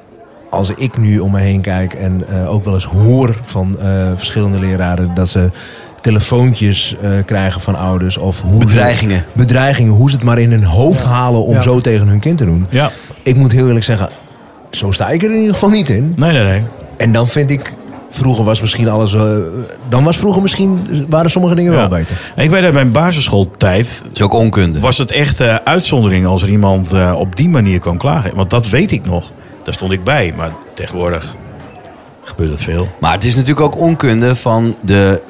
[SPEAKER 5] als ik nu om me heen kijk en eh, ook wel eens hoor van eh, verschillende leraren dat ze telefoontjes eh, krijgen van ouders of hoe ze-
[SPEAKER 1] Bedreigingen.
[SPEAKER 5] bedreigingen, hoe ze het maar in hun hoofd
[SPEAKER 3] Ja.
[SPEAKER 5] halen om
[SPEAKER 3] Ja.
[SPEAKER 5] zo tegen hun kind te doen.
[SPEAKER 2] Ja.
[SPEAKER 5] Ik moet heel eerlijk zeggen, zo sta ik er in ieder geval niet in.
[SPEAKER 2] Nee, nee, nee.
[SPEAKER 5] En dan vind ik, vroeger was misschien alles, eh, dan was vroeger misschien, waren sommige dingen
[SPEAKER 2] Ja.
[SPEAKER 5] wel beter.
[SPEAKER 2] En ik weet uit mijn basisschooltijd
[SPEAKER 1] Het is ook onkunde.
[SPEAKER 2] was het echt eh, uitzondering als er iemand eh, op die manier kwam klagen. Want dat weet ik nog. Daar stond ik bij. Maar tegenwoordig gebeurt dat veel.
[SPEAKER 1] Maar het is natuurlijk ook onkunde van de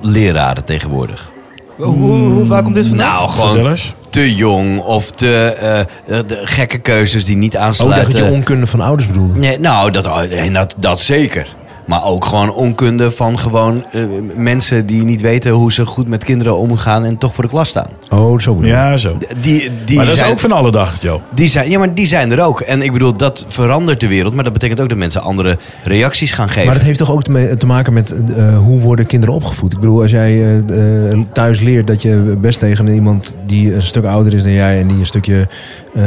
[SPEAKER 1] leraren tegenwoordig.
[SPEAKER 3] Hoe- hoe- hoe- waar komt dit vandaan?
[SPEAKER 1] Nou,
[SPEAKER 2] Vertel
[SPEAKER 1] gewoon
[SPEAKER 2] eens.
[SPEAKER 1] te jong of te eh, eh, de gekke keuzes die niet
[SPEAKER 5] Oh, ik dacht dat
[SPEAKER 1] aansluiten.
[SPEAKER 5] je onkunde van ouders bedoelde.
[SPEAKER 1] nee, nou, dat, eh, dat, dat zeker. Maar ook gewoon onkunde van gewoon eh, mensen die niet weten hoe ze goed met kinderen omgaan en toch voor de klas staan.
[SPEAKER 5] Oh, zo bedoel je.
[SPEAKER 2] Ja, zo.
[SPEAKER 1] D- Die, die
[SPEAKER 2] maar dat
[SPEAKER 1] zijn,
[SPEAKER 2] is ook van alle dag, Joe.
[SPEAKER 1] die zijn, ja, maar die zijn er ook. En ik bedoel, dat verandert de wereld, maar dat betekent ook dat mensen andere reacties gaan geven.
[SPEAKER 5] Maar het heeft toch ook te, me- te maken met eh, hoe worden kinderen opgevoed? Ik bedoel, als jij eh, eh, thuis leert dat je best tegen iemand die een stuk ouder is dan jij en die een stukje. eh,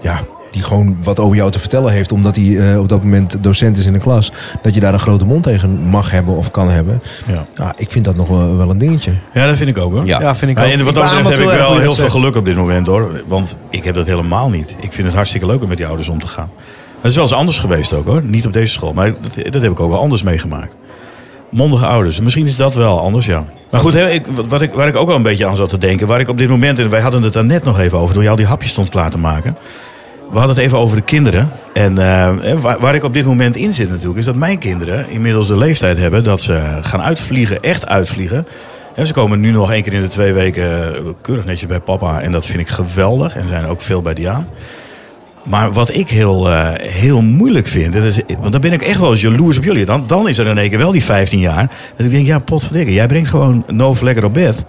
[SPEAKER 5] ja, die gewoon wat over jou te vertellen heeft, omdat hij eh, op dat moment docent is in de klas, dat je daar een grote mond tegen mag hebben of kan hebben.
[SPEAKER 2] Ja,
[SPEAKER 5] Ja, ik vind dat nog wel, wel een dingetje.
[SPEAKER 2] ja dat vind ik ook hoor.
[SPEAKER 1] ja.
[SPEAKER 3] Ja, vind ik
[SPEAKER 2] Ja,
[SPEAKER 3] ook.
[SPEAKER 2] en wat
[SPEAKER 3] Ik
[SPEAKER 2] dat
[SPEAKER 3] beaam
[SPEAKER 2] betreft heb ik
[SPEAKER 3] erg hoe
[SPEAKER 2] wel
[SPEAKER 3] je
[SPEAKER 2] heel
[SPEAKER 3] dat
[SPEAKER 2] veel
[SPEAKER 3] zegt.
[SPEAKER 2] geluk op dit moment hoor. Want ik heb dat helemaal niet. Ik vind het hartstikke leuk om met die ouders om te gaan. Maar het is wel eens anders geweest ook hoor. Niet op deze school. Maar dat, dat heb ik ook wel anders meegemaakt. Mondige ouders. Misschien is dat wel anders, ja. Maar goed, hè, ik, wat- wat ik, waar ik ook wel een beetje aan zat te denken. Waar ik op dit moment, en wij hadden het daar net nog even over. Toen je al die hapjes stond klaar te maken. We hadden het even over de kinderen. En eh, hè, waar, waar ik op dit moment in zit natuurlijk, is dat mijn kinderen inmiddels de leeftijd hebben dat ze gaan uitvliegen, echt uitvliegen. Hè, ze komen nu nog één keer in de twee weken eh, keurig netjes bij papa. En dat vind ik geweldig. En zijn ook veel bij die aan. Maar wat ik heel, eh, heel moeilijk vind, en dat is, want dan ben ik echt wel eens jaloers op jullie. Dan, dan is er in één keer wel die 15 jaar. Dat ik denk, ja, potverdikke, jij brengt gewoon Nov lekker op bed.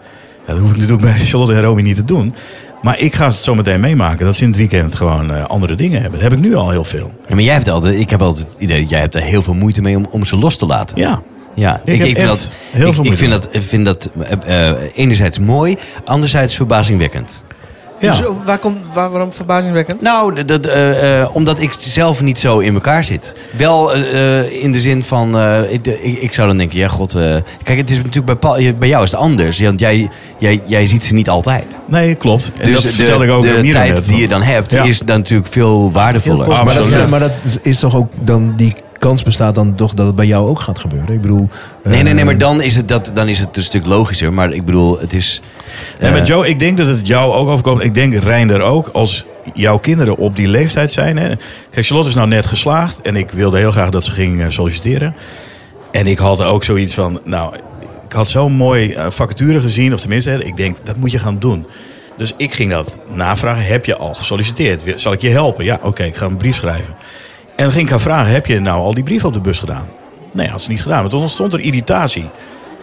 [SPEAKER 2] Ja, dat hoef ik natuurlijk bij Charlotte en Romy niet te doen. Maar ik ga het zo meteen meemaken dat ze in het weekend gewoon eh, andere dingen hebben. Dat heb ik nu al heel veel.
[SPEAKER 1] Ja, maar jij hebt altijd, ik heb altijd het idee dat jij hebt er heel veel moeite mee om, om ze los te laten.
[SPEAKER 2] Ja,
[SPEAKER 1] Ja, ik,
[SPEAKER 2] heb
[SPEAKER 1] ik vind
[SPEAKER 2] echt
[SPEAKER 1] dat,
[SPEAKER 2] heel
[SPEAKER 1] ik,
[SPEAKER 2] veel
[SPEAKER 1] ik
[SPEAKER 2] moeite
[SPEAKER 1] vind dat, ik vind dat eh, eh, enerzijds mooi, anderzijds verbazingwekkend.
[SPEAKER 2] ja.
[SPEAKER 3] Hoezo? waar komt, waar, waarom verbazingwekkend?
[SPEAKER 1] Nou, d- dat, eh, eh, omdat ik zelf niet zo in elkaar zit. Wel eh, eh, in de zin van, eh, ik, ik, ik zou dan denken, ja god. eh, kijk, het is natuurlijk bij, Paul- je- bij jou is het anders. Want jij, jij, jij ziet ze niet altijd.
[SPEAKER 2] Nee, klopt. En
[SPEAKER 1] dus
[SPEAKER 2] dat vertelde
[SPEAKER 1] de,
[SPEAKER 2] ik ook aan
[SPEAKER 1] de
[SPEAKER 2] Mira
[SPEAKER 1] tijd
[SPEAKER 2] net,
[SPEAKER 1] die je
[SPEAKER 2] want-
[SPEAKER 1] dan hebt,
[SPEAKER 2] Ja.
[SPEAKER 1] is dan natuurlijk veel waardevoller. Ah,
[SPEAKER 2] kostbaar.
[SPEAKER 5] maar, dat,
[SPEAKER 2] Absoluut.
[SPEAKER 5] maar dat is toch ook dan die kans bestaat dan toch dat het bij jou ook gaat gebeuren. Ik bedoel.
[SPEAKER 1] Nee,
[SPEAKER 5] eh,
[SPEAKER 1] nee, nee, maar dan is, het dat, dan is het een stuk logischer. Maar ik bedoel, het is...
[SPEAKER 2] Nee,
[SPEAKER 1] eh,
[SPEAKER 2] maar Joe, ik denk dat het jou ook overkomt. Ik denk Reinder ook. Als jouw kinderen op die leeftijd zijn. Hè. Kijk, Charlotte is nou net geslaagd. En ik wilde heel graag dat ze ging eh, solliciteren. En ik had ook zoiets van... Nou, ik had zo'n mooi eh, vacature gezien. Of tenminste, hè, ik denk, dat moet je gaan doen. Dus ik ging dat navragen. Heb je al gesolliciteerd? Wil- Zal ik je helpen? Ja, oké, ik ga een brief schrijven. En dan ging ik haar vragen, heb je nou al die brief op de bus gedaan? Nee, had ze niet gedaan. Maar toen ontstond er irritatie.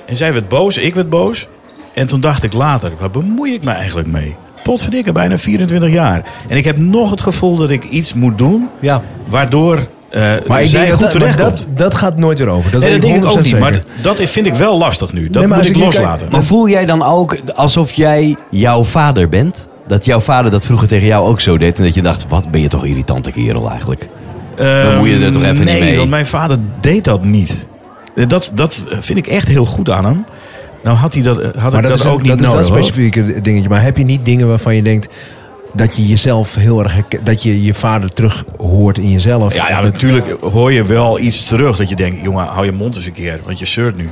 [SPEAKER 2] En zij werd boos, ik werd boos. En toen dacht ik later, waar bemoei ik me eigenlijk mee? Potverdikke, bijna 24 jaar. En ik heb nog het gevoel dat ik iets moet doen...
[SPEAKER 5] Ja.
[SPEAKER 2] waardoor eh
[SPEAKER 5] Maar ik
[SPEAKER 2] zij
[SPEAKER 5] denk
[SPEAKER 2] goed
[SPEAKER 5] dat, maar
[SPEAKER 2] terechtkomt.
[SPEAKER 5] dat, dat gaat nooit weer over. Dat,
[SPEAKER 2] nee, dat
[SPEAKER 5] weet
[SPEAKER 2] denk ik ook
[SPEAKER 5] 100%
[SPEAKER 2] niet.
[SPEAKER 5] zeker.
[SPEAKER 2] Maar dat is, vind ik wel lastig nu. Dat
[SPEAKER 5] Nee, maar
[SPEAKER 2] moet
[SPEAKER 5] als
[SPEAKER 2] ik
[SPEAKER 5] ik nu kijk-
[SPEAKER 2] loslaten.
[SPEAKER 1] Maar voel jij dan ook alsof jij jouw vader bent? Dat jouw vader dat vroeger tegen jou ook zo deed. En dat je dacht, wat ben je toch irritante kerel eigenlijk.
[SPEAKER 2] Ehm,
[SPEAKER 1] moet je er toch even niet
[SPEAKER 2] nee,
[SPEAKER 1] mee.
[SPEAKER 2] want mijn vader deed dat niet. Eh, Dat, dat vind ik echt heel goed aan hem. Nou had hij dat, had
[SPEAKER 5] Maar
[SPEAKER 2] ik
[SPEAKER 5] dat,
[SPEAKER 2] dat,
[SPEAKER 5] is
[SPEAKER 2] ook
[SPEAKER 5] ook-
[SPEAKER 2] niet
[SPEAKER 5] dat
[SPEAKER 2] nodig.
[SPEAKER 5] is dat
[SPEAKER 2] hoor.
[SPEAKER 5] specifieke dingetje. Maar heb je niet dingen waarvan je denkt dat je jezelf heel erg herken- dat je je vader terug hoort in jezelf?
[SPEAKER 2] Ja, ja,
[SPEAKER 5] Of dat-
[SPEAKER 2] natuurlijk hoor je wel iets terug dat je denkt, jongen, hou je mond eens een keer, want je zeurt nu.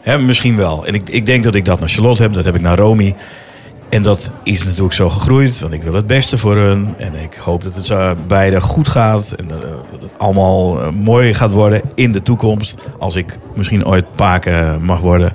[SPEAKER 2] Hè, misschien wel. En ik, ik denk dat ik dat naar Charlotte heb, dat heb ik naar Romy. En dat is natuurlijk zo gegroeid, want ik wil het beste voor hun. En ik hoop dat het ze beiden goed gaat. En eh, dat het allemaal eh, mooi gaat worden in de toekomst. Als ik misschien ooit paken eh, mag worden.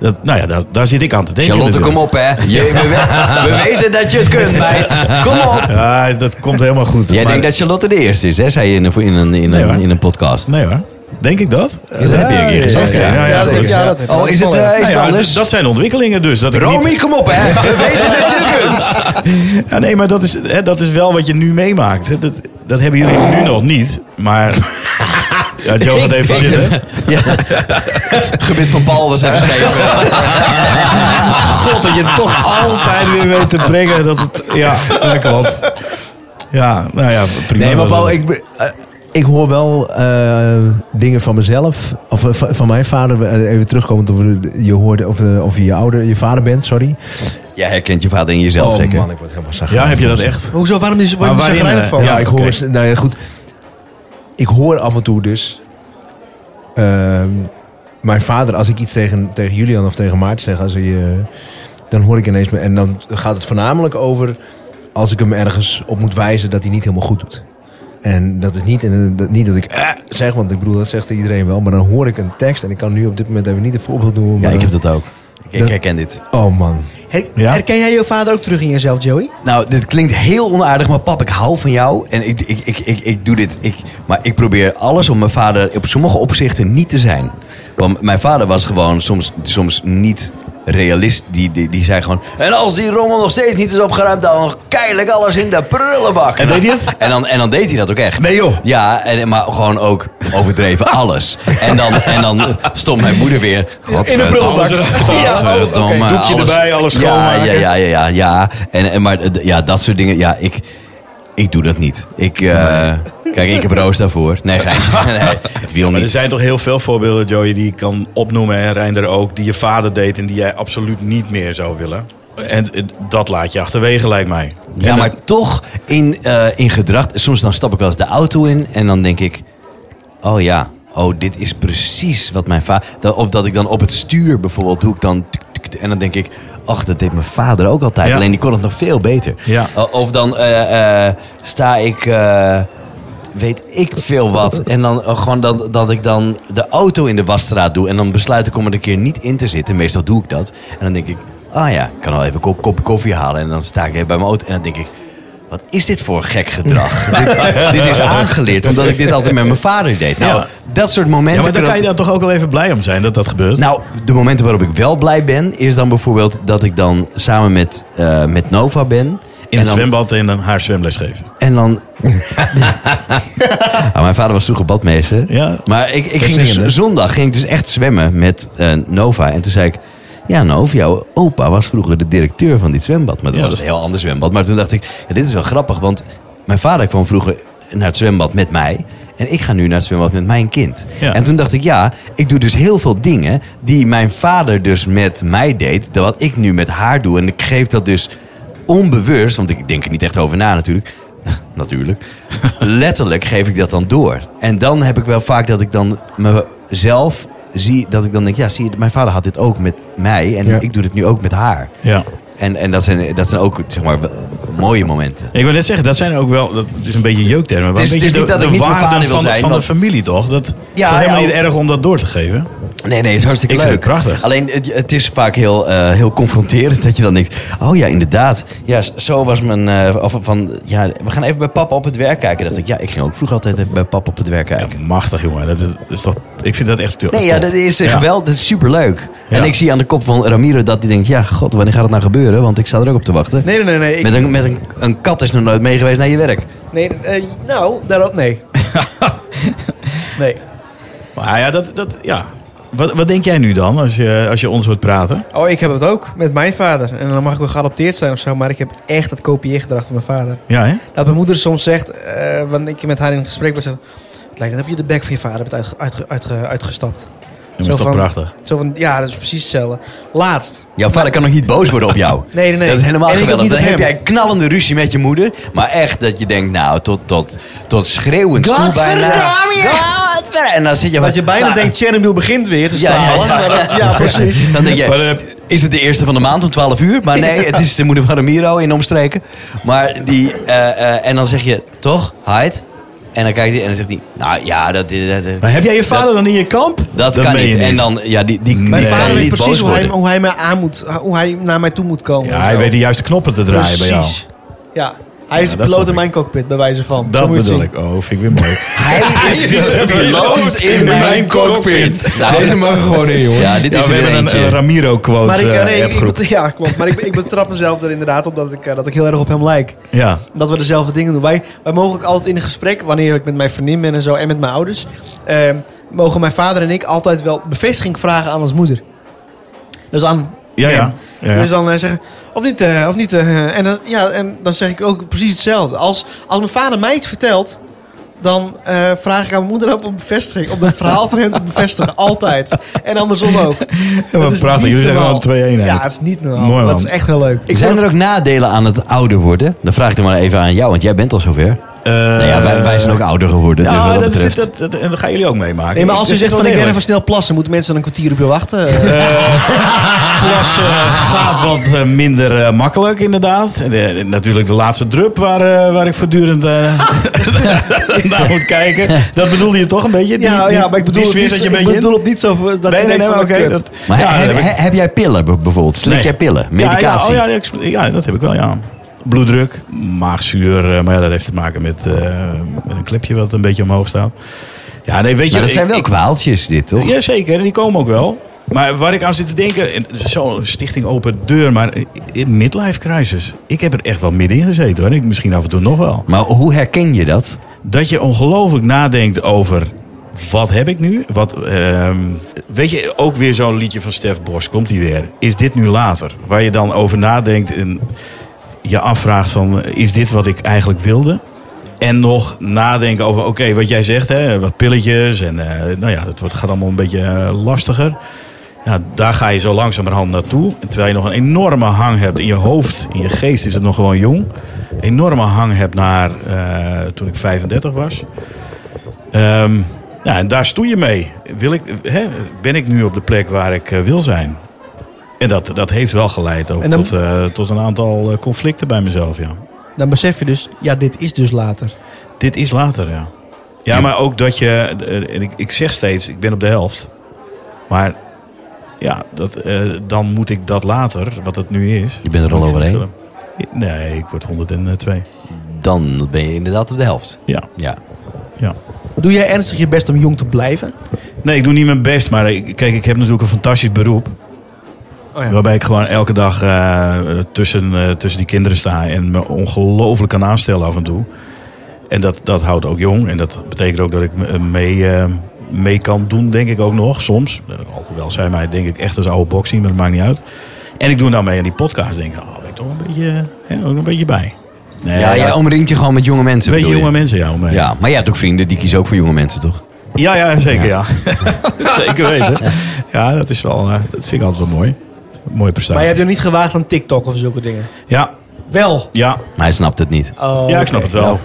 [SPEAKER 2] Dat, nou ja, daar, daar zit ik aan te denken.
[SPEAKER 1] Charlotte, kom
[SPEAKER 2] natuurlijk.
[SPEAKER 1] op hè. Je, we, we- we weten dat je het kunt, meid. Kom op.
[SPEAKER 2] Ja, dat komt helemaal goed.
[SPEAKER 1] Jij
[SPEAKER 2] Maar-
[SPEAKER 1] denkt dat Charlotte de eerste is, hè? Zei je in een, in een, in
[SPEAKER 2] Nee, hoor.
[SPEAKER 1] een, in een podcast.
[SPEAKER 2] Nee hoor. Denk ik dat?
[SPEAKER 1] Ja, dat heb je een keer gezegd.
[SPEAKER 2] Oké,
[SPEAKER 1] ja.
[SPEAKER 2] nou ja,
[SPEAKER 3] Ja, dat heb-
[SPEAKER 2] goed.
[SPEAKER 3] ja, dat heb ik.
[SPEAKER 1] Oh, is het, eh, is
[SPEAKER 2] Nou
[SPEAKER 1] het
[SPEAKER 2] ja,
[SPEAKER 1] anders?
[SPEAKER 2] d- Dat zijn ontwikkelingen dus. Dat ik
[SPEAKER 1] Romy,
[SPEAKER 2] niet-
[SPEAKER 1] kom op hè. We weten dat je het kunt.
[SPEAKER 2] Ja, nee, maar dat is, hè, dat is wel wat je nu meemaakt. hè. Dat, dat hebben jullie nu nog niet. Maar. ja, Joe gaat even zitten.
[SPEAKER 1] Ja. Het gebit van Paul was even scheef.
[SPEAKER 2] God, dat je het toch altijd weer weet te brengen. Dat het, ja, dat klopt. Ja, nou ja, prima.
[SPEAKER 5] Nee, maar
[SPEAKER 2] Dat-
[SPEAKER 5] Paul, ik, be- eh, ik hoor wel eh, dingen van mezelf. Of eh, van van mijn vader. eh, Even terugkomend over de- je hoorde of, eh, of je je ouder, je vader bent, sorry. Oh,
[SPEAKER 1] Jij herkent je vader in jezelf,
[SPEAKER 2] Oh,
[SPEAKER 1] zeker?
[SPEAKER 5] man, ik word helemaal zacht.
[SPEAKER 2] Ja, heb je dat echt?
[SPEAKER 3] Maar Hoezo, waarom is-
[SPEAKER 2] Maar
[SPEAKER 3] word je er
[SPEAKER 2] waarin,
[SPEAKER 3] chagrijnig
[SPEAKER 2] eh,
[SPEAKER 3] van?
[SPEAKER 5] Ja, ik hoor.
[SPEAKER 2] oké.
[SPEAKER 5] eens- Nou ja, goed. Ik hoor af en toe dus. ehm, mijn vader, als ik iets tegen, tegen Julian of tegen Maarten zeg, als hij, eh, dan hoor ik ineens. me- En dan gaat het voornamelijk over. als ik hem ergens op moet wijzen dat hij niet helemaal goed doet. En dat is niet, en, dat, niet dat ik eh, zeg, want ik bedoel, dat zegt iedereen wel. Maar dan hoor ik een tekst en ik kan nu op dit moment even niet een voorbeeld noemen.
[SPEAKER 1] Ja,
[SPEAKER 5] maar-
[SPEAKER 1] ik heb dat ook. Ik, ik
[SPEAKER 5] Dat-
[SPEAKER 1] herken dit.
[SPEAKER 5] Oh man.
[SPEAKER 3] Her-
[SPEAKER 2] Ja.
[SPEAKER 3] Herken jij je vader ook terug in jezelf, Joey?
[SPEAKER 1] Nou, dit klinkt heel onaardig, maar pap, ik hou van jou. En ik, ik, ik, ik, ik doe dit. Ik, maar ik probeer alles om mijn vader op sommige opzichten niet te zijn. Want mijn vader was gewoon soms, soms niet realist. Die, die, die zei gewoon... En als die rommel nog steeds niet is opgeruimd... dan keil ik alles in de prullenbak. En deed hij het? En dan, en dan deed hij dat ook echt.
[SPEAKER 2] Nee, joh.
[SPEAKER 1] Ja, en, maar gewoon ook overdreven alles. En dan, en dan stond mijn moeder weer...
[SPEAKER 2] In de prullenbak. oh,
[SPEAKER 1] Godverdomme.
[SPEAKER 2] Oké, doekje erbij, alles schoonmaken.
[SPEAKER 1] Ja, ja, ja, ja, ja. ja. En, en, maar d- ja, dat soort dingen. Ja, ik, ik doe dat niet. Ik, eh, Kijk, ik heb Roos daarvoor. Nee, geintje. Nee, ik wil
[SPEAKER 2] Maar
[SPEAKER 1] niet.
[SPEAKER 2] er zijn toch heel veel voorbeelden, Joey, die ik kan opnoemen. En Reinder ook, die je vader deed en die jij absoluut niet meer zou willen. En eh, dat laat je achterwege, lijkt mij.
[SPEAKER 1] Ja, maar toch in, eh, in gedrag. Soms dan stap ik wel eens de auto in en dan denk ik... Oh ja, oh, dit is precies wat mijn vader... Of dat ik dan op het stuur bijvoorbeeld doe ik dan... tuk, tuk, tuk, en dan denk ik... Ach, dat deed mijn vader ook altijd.
[SPEAKER 2] Ja.
[SPEAKER 1] Alleen die kon het nog veel beter.
[SPEAKER 2] Ja.
[SPEAKER 1] O- Of dan eh, eh, sta ik... eh, weet ik veel wat. En dan eh, gewoon dat, dat ik dan de auto in de wasstraat doe. En dan besluit ik om er een keer niet in te zitten. Meestal doe ik dat. En dan denk ik, ah ja, ik kan al even een kop- kopje koffie halen. En dan sta ik even bij mijn auto. En dan denk ik, wat is dit voor gek gedrag? dit, dit is aangeleerd omdat ik dit altijd met mijn vader deed. Nou,
[SPEAKER 2] Ja.
[SPEAKER 1] dat soort momenten.
[SPEAKER 2] Ja, maar daar
[SPEAKER 1] dat-
[SPEAKER 2] kan je dan toch ook wel even blij om zijn dat dat gebeurt.
[SPEAKER 1] nou, de momenten waarop ik wel blij ben, is dan bijvoorbeeld dat ik dan samen met, eh, met Nova ben.
[SPEAKER 2] in
[SPEAKER 1] en
[SPEAKER 2] het
[SPEAKER 1] dan,
[SPEAKER 2] zwembad en dan haar zwemles geven.
[SPEAKER 1] En dan. Ah, mijn vader was vroeger badmeester.
[SPEAKER 2] Ja.
[SPEAKER 1] Maar ik, ik ging
[SPEAKER 5] zingen,
[SPEAKER 1] dus
[SPEAKER 5] hè?
[SPEAKER 1] zondag ging ik dus echt zwemmen met eh, Nova. En toen zei ik. Ja, Nova, jouw opa was vroeger de directeur van dit zwembad. Maar dat
[SPEAKER 2] Ja,
[SPEAKER 1] was
[SPEAKER 2] dat-
[SPEAKER 1] een heel ander zwembad. Maar toen dacht ik, ja, dit is wel grappig. Want mijn vader kwam vroeger naar het zwembad met mij. En ik ga nu naar het zwembad met mijn kind.
[SPEAKER 2] Ja.
[SPEAKER 1] En toen dacht ik, ja, ik doe dus heel veel dingen die mijn vader dus met mij deed. dat Wat ik nu met haar doe. En ik geef dat dus onbewust, want ik denk er niet echt over na natuurlijk. Natuurlijk. Letterlijk geef ik dat dan door. En dan heb ik wel vaak dat ik dan mezelf zie. Dat ik dan denk, ja, zie je, mijn vader had dit ook met mij. En
[SPEAKER 5] Ja.
[SPEAKER 1] ik doe dit nu ook met haar.
[SPEAKER 2] Ja.
[SPEAKER 1] En, en dat, zijn, dat zijn ook, zeg maar, wel mooie momenten.
[SPEAKER 2] Ik wil net zeggen, dat zijn ook wel, dat is een beetje jeuktermen. Maar
[SPEAKER 1] Het is-
[SPEAKER 2] een beetje
[SPEAKER 1] het is niet
[SPEAKER 2] de,
[SPEAKER 1] dat ik
[SPEAKER 2] de
[SPEAKER 1] niet mijn
[SPEAKER 2] waarden
[SPEAKER 1] vader wil
[SPEAKER 2] van,
[SPEAKER 1] zijn,
[SPEAKER 2] van
[SPEAKER 1] want-
[SPEAKER 2] de familie toch? Dat het is
[SPEAKER 1] Ja,
[SPEAKER 2] toch helemaal
[SPEAKER 1] ja.
[SPEAKER 2] niet erg om dat door te geven.
[SPEAKER 1] Nee, nee, het is hartstikke
[SPEAKER 2] Ik
[SPEAKER 1] leuk.
[SPEAKER 2] vind het prachtig.
[SPEAKER 1] Alleen, het, het is vaak heel, eh, heel confronterend dat je dan denkt... Oh ja, inderdaad. Ja, s- zo was mijn... eh, of van, ja, we gaan even bij papa op het werk kijken. dacht ik, ja, ik ging ook vroeger altijd even bij papa op het werk kijken.
[SPEAKER 2] Ja, machtig jongen, dat is, is toch, ik vind dat echt
[SPEAKER 1] Nee, ja, dat is eh,
[SPEAKER 2] Ja.
[SPEAKER 1] geweldig. Dat is superleuk. En
[SPEAKER 2] Ja.
[SPEAKER 1] ik zie aan de kop van Ramiro dat hij denkt... Ja, god, wanneer gaat het nou gebeuren? Want ik sta er ook op te wachten.
[SPEAKER 3] Nee, nee, nee. nee. ik-
[SPEAKER 1] Met, een, met een, een kat is nog nooit mee geweest naar je werk.
[SPEAKER 3] nee eh, nou, daarop nee. nee.
[SPEAKER 2] Maar ja, dat, dat, ja. Wat, wat denk jij nu dan, als je, als je ons hoort praten?
[SPEAKER 3] Oh, ik heb het ook met mijn vader. En dan mag ik wel geadopteerd zijn of zo, maar ik heb echt dat kopieergedrag van mijn vader.
[SPEAKER 2] Ja, hè?
[SPEAKER 3] Dat mijn moeder soms zegt, eh, wanneer ik met haar in gesprek was, zegt, het lijkt net of je de bek van je vader hebt uitge- uitge- uitge- uitgestapt.
[SPEAKER 2] is toch
[SPEAKER 3] van-
[SPEAKER 2] prachtig.
[SPEAKER 3] Zo van, ja, dat is precies hetzelfde. Laatst.
[SPEAKER 1] Jouw vader kan nog niet boos worden op jou.
[SPEAKER 3] Nee, nee, nee.
[SPEAKER 1] Dat is helemaal
[SPEAKER 3] En ik ook
[SPEAKER 1] geweldig.
[SPEAKER 3] niet
[SPEAKER 1] Dan
[SPEAKER 3] op
[SPEAKER 1] heb
[SPEAKER 3] hem.
[SPEAKER 1] jij een knallende ruzie met je moeder. Maar echt dat je denkt, nou, tot, tot, tot schreeuwend toe bijna. Godverdomme! En dan zit je Nou,
[SPEAKER 3] Dat je bijna denkt, Chernobyl begint weer te
[SPEAKER 1] Ja, ja,
[SPEAKER 3] stralen.
[SPEAKER 1] ja.
[SPEAKER 3] maar dat- ja, precies. eh,
[SPEAKER 1] Dan denk
[SPEAKER 2] Maar eh,
[SPEAKER 1] je,
[SPEAKER 2] dan heb je-
[SPEAKER 1] is het de eerste van de maand om 12 uur? Maar nee, het is de moeder van Ramiro in de omstreken. Maar die, eh, eh, en dan zeg je, toch, hide. En dan kijkt hij en dan zegt hij, nou ja, dat, dat, dat,
[SPEAKER 2] maar heb jij je vader dan in je kamp?
[SPEAKER 1] dat kan
[SPEAKER 2] ben je
[SPEAKER 1] niet. En dan, ja, die, die, die
[SPEAKER 2] Mijn
[SPEAKER 3] Mijn
[SPEAKER 1] kan
[SPEAKER 3] vader weet
[SPEAKER 1] niet
[SPEAKER 3] precies
[SPEAKER 1] boos
[SPEAKER 3] hoe hij,
[SPEAKER 1] worden.
[SPEAKER 3] hoe hij mij aan moet, hoe hij naar mij toe moet komen.
[SPEAKER 2] Ja,
[SPEAKER 3] en
[SPEAKER 2] hij
[SPEAKER 3] zo.
[SPEAKER 2] weet de juiste knoppen te draaien bij jou.
[SPEAKER 3] Precies. Ja. Hij is
[SPEAKER 2] Ja,
[SPEAKER 3] de
[SPEAKER 2] dat
[SPEAKER 3] piloot
[SPEAKER 2] snap
[SPEAKER 3] in
[SPEAKER 2] ik.
[SPEAKER 3] mijn cockpit, bij wijze van. Zo
[SPEAKER 2] Dat
[SPEAKER 3] moet je het
[SPEAKER 2] bedoel
[SPEAKER 3] zien.
[SPEAKER 2] ik. Oh, vind ik weer mooi.
[SPEAKER 1] Hij is de piloot in mijn cockpit. Nou,
[SPEAKER 5] Deze mag er gewoon in, jongens.
[SPEAKER 1] ja, dit
[SPEAKER 2] Ja,
[SPEAKER 1] is
[SPEAKER 2] we
[SPEAKER 1] weer
[SPEAKER 2] hebben een,
[SPEAKER 1] eentje.
[SPEAKER 2] een Ramiro quote
[SPEAKER 3] Maar ik,
[SPEAKER 2] eh,
[SPEAKER 3] nee, ik-
[SPEAKER 2] appgroep.
[SPEAKER 3] ik- ja, klopt. Maar ik, ik betrap mezelf er inderdaad op dat ik, eh, dat ik heel erg op hem lijk.
[SPEAKER 2] Ja.
[SPEAKER 3] Dat we dezelfde dingen doen. Wij, wij mogen ook altijd in een gesprek, wanneer ik met mijn vriendin ben en zo en met mijn ouders, eh, mogen mijn vader en ik altijd wel bevestiging vragen aan ons moeder. Dus aan.
[SPEAKER 2] Ja, ja. ja.
[SPEAKER 3] Dus dan eh, zeggen, of niet, eh, of niet. eh, en, dan, ja, en dan zeg ik ook precies hetzelfde. Als, als mijn vader mij iets vertelt, dan eh, vraag ik aan mijn moeder ook om bevestiging. Om dat verhaal van hem te bevestigen. Altijd. En andersom ook.
[SPEAKER 2] wat
[SPEAKER 3] Dat is
[SPEAKER 2] prachtig.
[SPEAKER 3] niet
[SPEAKER 2] Jullie zijn gewoon
[SPEAKER 3] normaal.
[SPEAKER 2] twee eenheid.
[SPEAKER 3] Ja, het is niet normaal.
[SPEAKER 2] Mooi, man.
[SPEAKER 3] dat is echt heel leuk.
[SPEAKER 1] Ik Zijn er ook nadelen aan het ouder worden? Dan vraag ik er maar even aan jou, want jij bent al zover.
[SPEAKER 2] Eh,
[SPEAKER 1] nou ja, wij, wij zijn ook ouder geworden, dus
[SPEAKER 2] Ja,
[SPEAKER 1] wat dat
[SPEAKER 2] dat,
[SPEAKER 1] betreft.
[SPEAKER 2] zit- dat, dat, en dat gaan jullie ook meemaken.
[SPEAKER 3] Nee, maar als je
[SPEAKER 2] Dat
[SPEAKER 3] zegt
[SPEAKER 2] zit
[SPEAKER 3] van ik
[SPEAKER 2] wel
[SPEAKER 3] ben even
[SPEAKER 2] degelijk.
[SPEAKER 3] snel plassen, moeten mensen dan een kwartier op je wachten? Eh,
[SPEAKER 2] Plas eh, gaat wat eh, minder eh, makkelijk, inderdaad. En, eh, natuurlijk de laatste drup waar, eh, waar ik voortdurend eh, naar moet kijken. Dat bedoelde je toch een beetje? Die-
[SPEAKER 3] ja,
[SPEAKER 2] die-
[SPEAKER 3] ja, maar ik
[SPEAKER 2] die
[SPEAKER 3] bedoel, het
[SPEAKER 2] sfeer
[SPEAKER 3] niet,
[SPEAKER 2] zat
[SPEAKER 3] zo-
[SPEAKER 2] je een
[SPEAKER 3] ik
[SPEAKER 2] beetje in?
[SPEAKER 3] bedoel het niet zo voor- dat
[SPEAKER 2] Nee,
[SPEAKER 3] je
[SPEAKER 2] nee,
[SPEAKER 3] denkt
[SPEAKER 2] nee,
[SPEAKER 3] van,
[SPEAKER 2] oké.
[SPEAKER 3] kut.
[SPEAKER 2] dat-
[SPEAKER 1] Maar
[SPEAKER 2] ja,
[SPEAKER 1] heb,
[SPEAKER 2] dat heb ik-
[SPEAKER 1] heb- heb jij pillen b- bijvoorbeeld? Slik
[SPEAKER 2] Nee.
[SPEAKER 1] jij pillen?
[SPEAKER 2] Ja,
[SPEAKER 1] Medicatie? Nou,
[SPEAKER 2] ja, oh ja, ik sp- ja, dat heb ik wel, ja. Bloeddruk, maagzuur, eh, maar ja, dat heeft te maken met, eh, met een clipje wat een beetje omhoog staat. Ja, nee, weet je...
[SPEAKER 1] Maar dat
[SPEAKER 2] ik-
[SPEAKER 1] zijn wel
[SPEAKER 2] ik-
[SPEAKER 1] kwaaltjes dit, toch?
[SPEAKER 2] Ja, zeker. En die komen ook wel. Maar waar ik aan zit te denken, en zo'n stichting open deur, maar eh, midlife crisis. Ik heb er echt wel middenin gezeten hoor. Ik misschien af en toe nog wel.
[SPEAKER 1] Maar hoe herken je dat?
[SPEAKER 2] Dat je ongelooflijk nadenkt over wat heb ik nu? Wat, ehm, weet je, ook weer zo'n liedje van Stef Bos, komt die weer. Is dit nu later? Waar je dan over nadenkt en je afvraagt van, eh, is dit wat ik eigenlijk wilde? En nog nadenken over, oké, wat jij zegt, hè, wat pilletjes. En eh, nou ja, het wordt, gaat allemaal een beetje eh, lastiger. Ja, daar ga je zo langzamerhand naartoe. En terwijl je nog een enorme hang hebt in je hoofd, in je geest is het nog gewoon jong. Enorme hang hebt naar eh, toen ik 35 was. Ehm, ja, en daar stoei je mee. Wil ik, hè, ben ik nu op de plek waar ik eh, wil zijn? En dat, dat heeft wel geleid ook
[SPEAKER 3] En dan-
[SPEAKER 2] tot, eh, tot een aantal eh, conflicten bij mezelf, ja.
[SPEAKER 3] Dan besef je dus, ja, dit is dus later.
[SPEAKER 2] Dit is later, ja. Ja, maar ook dat je... eh, En ik, ik zeg steeds, ik ben op de helft. Maar ja, dat, eh, dan moet ik dat later, wat het nu is...
[SPEAKER 1] Je bent er al overheen.
[SPEAKER 2] Nee, ik word 102.
[SPEAKER 1] Dan ben je inderdaad op de helft.
[SPEAKER 2] Ja.
[SPEAKER 1] Ja.
[SPEAKER 3] Doe jij ernstig je best om jong te blijven?
[SPEAKER 2] Nee, ik doe niet mijn best, maar ik- kijk, ik heb natuurlijk een fantastisch beroep.
[SPEAKER 3] Oh ja.
[SPEAKER 2] Waarbij ik gewoon elke dag eh, tussen, eh, tussen die kinderen sta en me ongelooflijk kan aanstellen af en toe. En dat, dat houdt ook jong. En dat betekent ook dat ik me- mee, eh, mee kan doen, denk ik ook nog, soms. Eh, Alhoewel zij mij, denk ik, echt als oude bok zien, maar dat maakt niet uit. En ik doe nou mee aan die podcast. Denk ik, oh, ben ik toch een beetje, hè, ook een beetje bij. Nee,
[SPEAKER 1] Ja, jij omringt je gewoon met jonge mensen.
[SPEAKER 2] een beetje
[SPEAKER 1] bedoel
[SPEAKER 2] jonge
[SPEAKER 1] je?
[SPEAKER 2] mensen, ja, om mee.
[SPEAKER 1] Ja, maar jij hebt ook vrienden die kiezen ook voor jonge mensen, toch?
[SPEAKER 2] Ja, ja, zeker ja. zeker weten. Ja, dat is wel, eh, dat vind ik altijd wel mooi. Mooie prestatie.
[SPEAKER 3] Maar je hebt je niet gewaagd aan TikTok of zulke dingen?
[SPEAKER 2] Ja,
[SPEAKER 3] Wel.
[SPEAKER 2] ja.
[SPEAKER 1] Maar hij snapt het niet.
[SPEAKER 3] Oh,
[SPEAKER 2] ja, ik snap
[SPEAKER 3] oké.
[SPEAKER 2] het wel.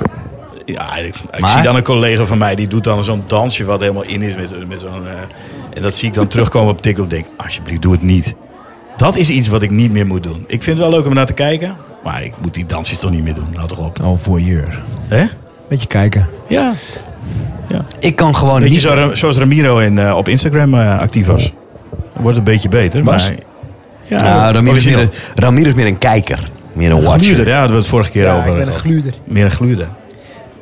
[SPEAKER 2] Ja, ik, ik
[SPEAKER 1] Maar-
[SPEAKER 2] zie dan een collega van mij die doet dan zo'n dansje wat helemaal in is met, met zo'n. eh, en dat zie ik dan terugkomen op TikTok. Denk, alsjeblieft, doe het niet. Dat is iets wat ik niet meer moet doen. Ik vind het wel leuk om naar te kijken, maar ik moet die dansjes toch niet meer doen. Nou toch op.
[SPEAKER 5] Oh, voyeur.
[SPEAKER 2] Hè?
[SPEAKER 5] Beetje kijken.
[SPEAKER 2] Ja.
[SPEAKER 1] Ik kan gewoon
[SPEAKER 2] Beetje
[SPEAKER 1] niet...
[SPEAKER 2] zo, Ra- zoals Ramiro in, eh, op Instagram eh, actief was. Wordt een beetje beter.
[SPEAKER 5] Was?
[SPEAKER 2] Maar, ja,
[SPEAKER 1] Ja, Ramiro, Nou, is meer
[SPEAKER 2] origineel.
[SPEAKER 1] een, Ramiro is meer een kijker. Meer een
[SPEAKER 2] Gluurder,
[SPEAKER 1] watcher.
[SPEAKER 2] ja, daar hadden we het vorige keer
[SPEAKER 3] Ja,
[SPEAKER 2] over.
[SPEAKER 3] ik ben een
[SPEAKER 2] gehad.
[SPEAKER 3] gluurder.
[SPEAKER 2] Meer een gluurder.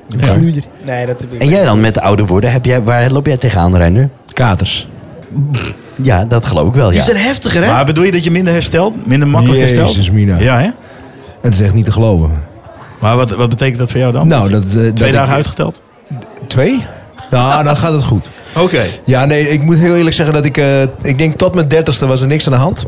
[SPEAKER 3] Een
[SPEAKER 2] Ja.
[SPEAKER 3] gluurder. Nee, dat heb ik
[SPEAKER 1] En jij dan met de ouder worden, heb jij, waar loop jij tegenaan, Reinder?
[SPEAKER 5] Katers.
[SPEAKER 1] Ja, dat geloof ik wel,
[SPEAKER 3] Die
[SPEAKER 1] ja.
[SPEAKER 3] zijn heftiger, hè?
[SPEAKER 2] Maar bedoel je dat je minder herstelt? Minder makkelijk
[SPEAKER 5] Jezus,
[SPEAKER 2] herstelt?
[SPEAKER 5] Mina.
[SPEAKER 2] Ja, hè?
[SPEAKER 5] Het is echt niet te geloven.
[SPEAKER 2] Maar wat, wat betekent dat voor jou dan?
[SPEAKER 5] Nou, dat, eh, dat
[SPEAKER 2] Twee
[SPEAKER 5] ik-
[SPEAKER 2] dagen uitgeteld?
[SPEAKER 5] Twee? Nou, dan gaat het goed.
[SPEAKER 2] Oké.
[SPEAKER 5] Ja, nee, ik moet heel eerlijk zeggen dat ik... eh, ik denk tot mijn dertigste was er niks aan de hand.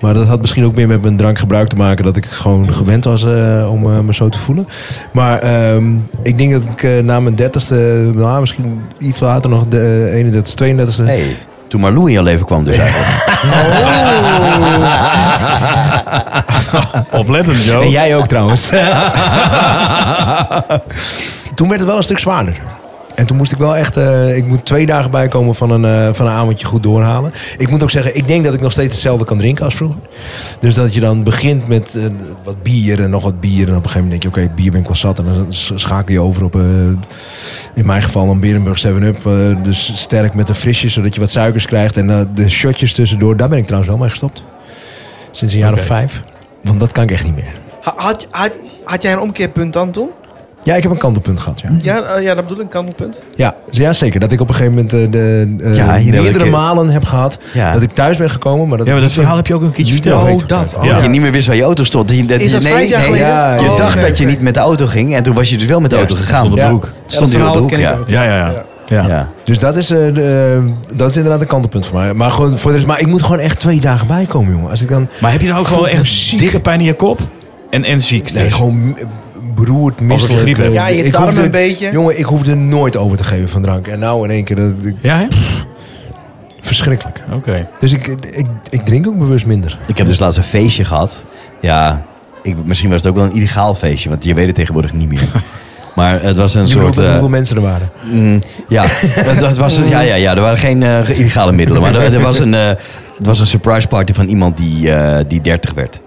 [SPEAKER 5] Maar dat had misschien ook meer met mijn drankgebruik te maken... dat ik gewoon gewend was eh, om eh, me zo te voelen. Maar ehm, ik denk dat ik eh, na mijn dertigste... Nou, misschien iets later nog de eh, 31ste, 32ste...
[SPEAKER 1] Hey, Toen Marlou in jouw leven kwam dus eigenlijk.
[SPEAKER 2] Oplettend, Joe.
[SPEAKER 5] En jij ook trouwens. toen werd het wel een stuk zwaarder. En toen moest ik wel echt, eh, ik moet twee dagen bijkomen van een, eh, van een avondje goed doorhalen. Ik moet ook zeggen, ik denk dat ik nog steeds hetzelfde kan drinken als vroeger. Dus dat je dan begint met eh, wat bier en nog wat bier. En op een gegeven moment denk je, oké, bier ben ik wel zat. En dan s- schakel je over op, eh, in mijn geval een Berenburg 7-Up. eh, dus sterk met een frisje, zodat je wat suikers krijgt. En eh, de shotjes tussendoor, daar ben ik trouwens wel mee gestopt. Sinds een jaar of vijf. Want dat kan ik echt niet meer.
[SPEAKER 3] Ha- Had, had, had jij een omkeerpunt dan toen?
[SPEAKER 5] Ja, ik heb een kantelpunt gehad, ja.
[SPEAKER 3] Ja, eh, ja dat bedoel ik, een kantelpunt.
[SPEAKER 5] Ja, z- ja zeker. Dat ik op een gegeven moment eh, de,
[SPEAKER 1] Ja,
[SPEAKER 5] eh,
[SPEAKER 1] hier hebben we
[SPEAKER 5] meerdere
[SPEAKER 1] een keer-
[SPEAKER 5] malen heb gehad.
[SPEAKER 1] Ja.
[SPEAKER 5] Dat ik thuis ben gekomen. Maar dat
[SPEAKER 2] Ja, maar
[SPEAKER 5] ik
[SPEAKER 2] dat
[SPEAKER 5] niet
[SPEAKER 2] verhaal
[SPEAKER 5] meer-
[SPEAKER 2] heb je ook een keertje
[SPEAKER 5] niet
[SPEAKER 2] verteld.
[SPEAKER 5] meer
[SPEAKER 3] Oh,
[SPEAKER 5] weet hoe het
[SPEAKER 3] dat.
[SPEAKER 5] gaat.
[SPEAKER 1] Dat
[SPEAKER 5] Ja.
[SPEAKER 1] je niet meer wist waar je auto stond. Dat je- dat
[SPEAKER 3] Is
[SPEAKER 1] je-
[SPEAKER 3] dat vijf jaar geleden?
[SPEAKER 5] ja,
[SPEAKER 1] Je
[SPEAKER 3] Oh,
[SPEAKER 1] dacht
[SPEAKER 3] oké,
[SPEAKER 1] dat je
[SPEAKER 3] oké.
[SPEAKER 1] niet met de auto ging en toen was je dus wel met de
[SPEAKER 2] Ja,
[SPEAKER 1] auto
[SPEAKER 2] het
[SPEAKER 1] gegaan.
[SPEAKER 2] stond op de
[SPEAKER 5] Ja.
[SPEAKER 2] hoek.
[SPEAKER 1] Stond
[SPEAKER 3] Ja, dat
[SPEAKER 1] hier op de
[SPEAKER 3] verhaal
[SPEAKER 1] hoek,
[SPEAKER 3] ken ik
[SPEAKER 1] ja.
[SPEAKER 3] ook.
[SPEAKER 2] Ja, ja, ja. ja.
[SPEAKER 1] Ja.
[SPEAKER 5] Dus dat is, eh, de, eh, dat is inderdaad een kantelpunt voor mij. Maar, gewoon, voor de rest, maar ik moet gewoon echt twee dagen bijkomen, jongen. Als ik dan...
[SPEAKER 2] Maar heb je nou ook
[SPEAKER 5] Voel
[SPEAKER 2] gewoon
[SPEAKER 5] me
[SPEAKER 2] echt
[SPEAKER 5] ziek.
[SPEAKER 2] dikke pijn in je kop? En, en ziek?
[SPEAKER 5] Nee,
[SPEAKER 2] dus?
[SPEAKER 5] gewoon m- beroerd, misselijk.
[SPEAKER 2] griep
[SPEAKER 5] eh,
[SPEAKER 2] hebt.
[SPEAKER 3] Ja, je
[SPEAKER 5] ik
[SPEAKER 3] darmen
[SPEAKER 5] hoefde-
[SPEAKER 3] een beetje.
[SPEAKER 5] Jongen, ik hoefde nooit over te geven van drank. En nou in één keer, dat, ik-
[SPEAKER 2] Ja, hè?
[SPEAKER 5] verschrikkelijk.
[SPEAKER 2] Oké.
[SPEAKER 5] Dus ik, ik, ik drink ook bewust minder.
[SPEAKER 1] Ik heb dus laatst een feestje gehad. Ja, ik, misschien was het ook wel een illegaal feestje, want je weet het tegenwoordig niet meer. Maar het was een
[SPEAKER 5] Je
[SPEAKER 1] soort.
[SPEAKER 5] bedoelt dat
[SPEAKER 1] eh,
[SPEAKER 5] hoeveel mensen er waren.
[SPEAKER 1] Mm, ja, het, het was, ja, ja, ja, er waren geen eh, illegale middelen. Maar er, er was een, eh, het was een surprise party van iemand die, eh, die 30 werd.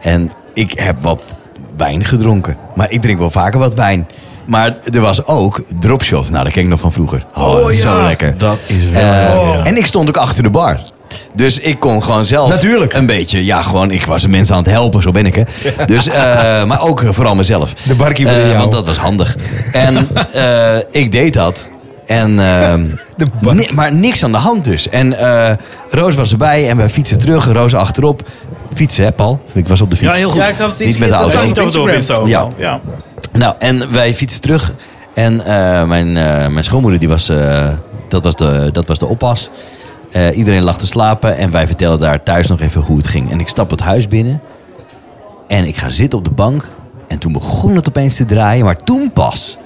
[SPEAKER 1] En ik heb wat wijn gedronken. Maar ik drink wel vaker wat wijn. Maar er was ook dropshots. Nou, dat ken ik nog van vroeger. Oh, dat is zo lekker.
[SPEAKER 2] Dat is wel...
[SPEAKER 1] Eh,
[SPEAKER 5] Oh.
[SPEAKER 2] ja.
[SPEAKER 1] En ik stond ook achter de bar. Dus ik kon gewoon zelf
[SPEAKER 5] Natuurlijk.
[SPEAKER 1] een beetje... Ja, gewoon, ik was de mensen aan het helpen, zo ben ik, hè. Dus, eh, maar ook eh, vooral mezelf.
[SPEAKER 5] De barkeeper in
[SPEAKER 1] Eh,
[SPEAKER 5] jou.
[SPEAKER 1] Want dat was handig. En eh, ik deed dat. En, ehm,
[SPEAKER 5] De bar-
[SPEAKER 1] ni- maar niks aan de hand dus. En eh, Roos was erbij en wij fietsen terug. Roos achterop. Fietsen, hè, Paul? Ik was op de fiets.
[SPEAKER 2] Ja, heel goed.
[SPEAKER 3] Ja, ik had het
[SPEAKER 1] Niet met de
[SPEAKER 3] dat
[SPEAKER 1] auto.
[SPEAKER 3] zag ik
[SPEAKER 2] Niet
[SPEAKER 3] op
[SPEAKER 2] over door
[SPEAKER 3] Instagram.
[SPEAKER 2] Insta ook
[SPEAKER 1] Ja.
[SPEAKER 2] wel. ja.
[SPEAKER 1] Nou, en wij fietsen terug. En eh, mijn, eh, mijn schoonmoeder, die was, eh, dat, was de, dat was de oppas. Eh, iedereen lag te slapen. En wij vertellen daar thuis nog even hoe het ging. En ik stap het huis binnen. En ik ga zitten op de bank. En toen begon het opeens te draaien. Maar toen pas.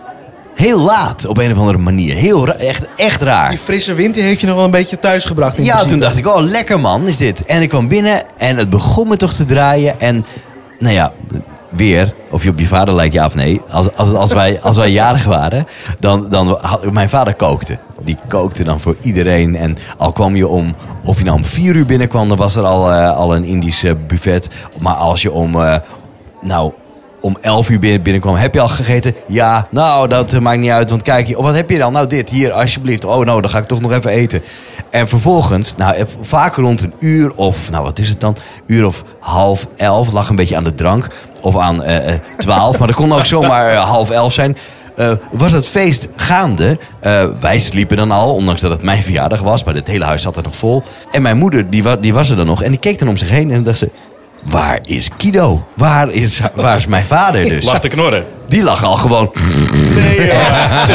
[SPEAKER 1] Heel laat, op een of andere manier. Heel ra- echt, echt raar.
[SPEAKER 3] Die frisse wind die heeft je nog wel een beetje thuis gebracht. in
[SPEAKER 1] Ja,
[SPEAKER 3] principe.
[SPEAKER 1] toen dacht ik, oh, lekker man is dit. En ik kwam binnen en het begon me toch te draaien. En nou ja, weer, of je op je vader lijkt, ja of nee. Als, als, als, wij, als wij jarig waren, dan, dan had, mijn vader kookte. Die kookte dan voor iedereen. En al kwam je om, of je nou om vier uur binnenkwam, dan was er al, eh, al een Indisch eh, buffet. Maar als je om, eh, nou, om 11 uur binnen- binnenkwam. Heb je al gegeten? Ja, nou, dat eh, maakt niet uit. Want kijk, hier- oh, wat heb je dan? Nou, dit, hier, alsjeblieft. Oh, nou, dan ga ik toch nog even eten. En vervolgens, nou, eh, vaak rond een uur of, nou, wat is het dan? Uur of half elf, lag een beetje aan de drank. Of aan eh, eh, twaalf, maar dat kon ook zomaar eh, half elf zijn. Eh, was het feest gaande. Eh, wij sliepen dan al, ondanks dat het mijn verjaardag was. Maar het hele huis zat er nog vol. En mijn moeder, die, wa- die was er dan nog. En die keek dan om zich heen en dan dacht ze... Waar is Kido? Waar is, waar is mijn vader dus?
[SPEAKER 2] Lag te knorren.
[SPEAKER 1] Die lag al gewoon te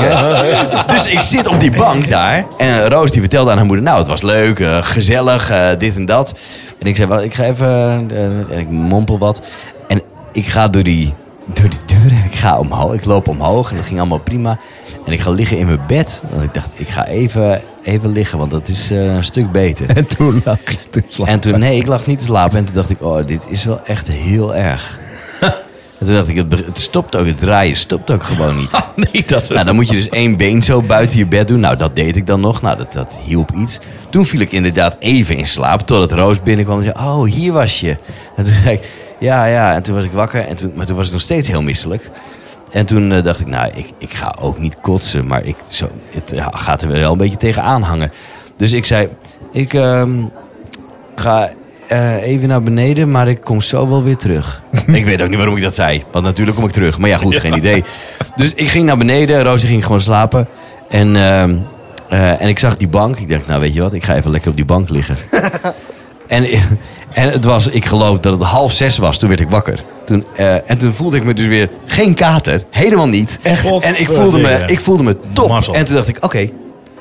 [SPEAKER 1] snurken. Dus ik zit op die bank daar. En Roos die vertelde aan haar moeder... Nou, het was leuk, eh, gezellig, eh, dit en dat. En ik zei, "Wel, ik ga even... eh, en ik mompel wat. En ik ga door die, door die deur en ik ga omhoog. Ik loop omhoog en dat ging allemaal prima. En ik ga liggen in mijn bed. Want ik dacht, ik ga even, even liggen, want dat is eh, een stuk beter.
[SPEAKER 5] En toen lag ik te slapen.
[SPEAKER 1] En toen, nee, ik lag niet te slapen. En toen dacht ik, oh, dit is wel echt heel erg. en toen dacht ik, het, be- het stopt ook, het draaien stopt ook gewoon niet.
[SPEAKER 2] Ah, Nee, dat...
[SPEAKER 1] nou, dan moet je dus één been zo buiten je bed doen. Nou, dat deed ik dan nog. Nou, dat, dat hielp iets. Toen viel ik inderdaad even in slaap, totdat Roos binnenkwam en zei, oh, hier was je. En toen zei ik, ja, ja. En toen was ik wakker, en toen, maar toen was ik nog steeds heel misselijk. En toen eh, dacht ik, nou, ik, ik ga ook niet kotsen, maar ik, zo, het ja, gaat er wel een beetje tegenaan hangen. Dus ik zei, ik, ehm, ik ga eh, even naar beneden, maar ik kom zo wel weer terug. ik weet ook niet waarom ik dat zei. Want natuurlijk kom ik terug. Maar ja, goed, geen idee. Dus ik ging naar beneden. Roosje ging gewoon slapen. En, ehm, eh, en ik zag die bank. Ik dacht, nou weet je wat, ik ga even lekker op die bank liggen. en, en het was, ik geloof dat het half zes was. Toen werd ik wakker. Toen, eh, en toen voelde ik me dus weer geen kater. Helemaal niet.
[SPEAKER 2] Echt?
[SPEAKER 1] En ik voelde me, ik voelde me top.
[SPEAKER 2] Mazzel.
[SPEAKER 1] En toen dacht ik, oké,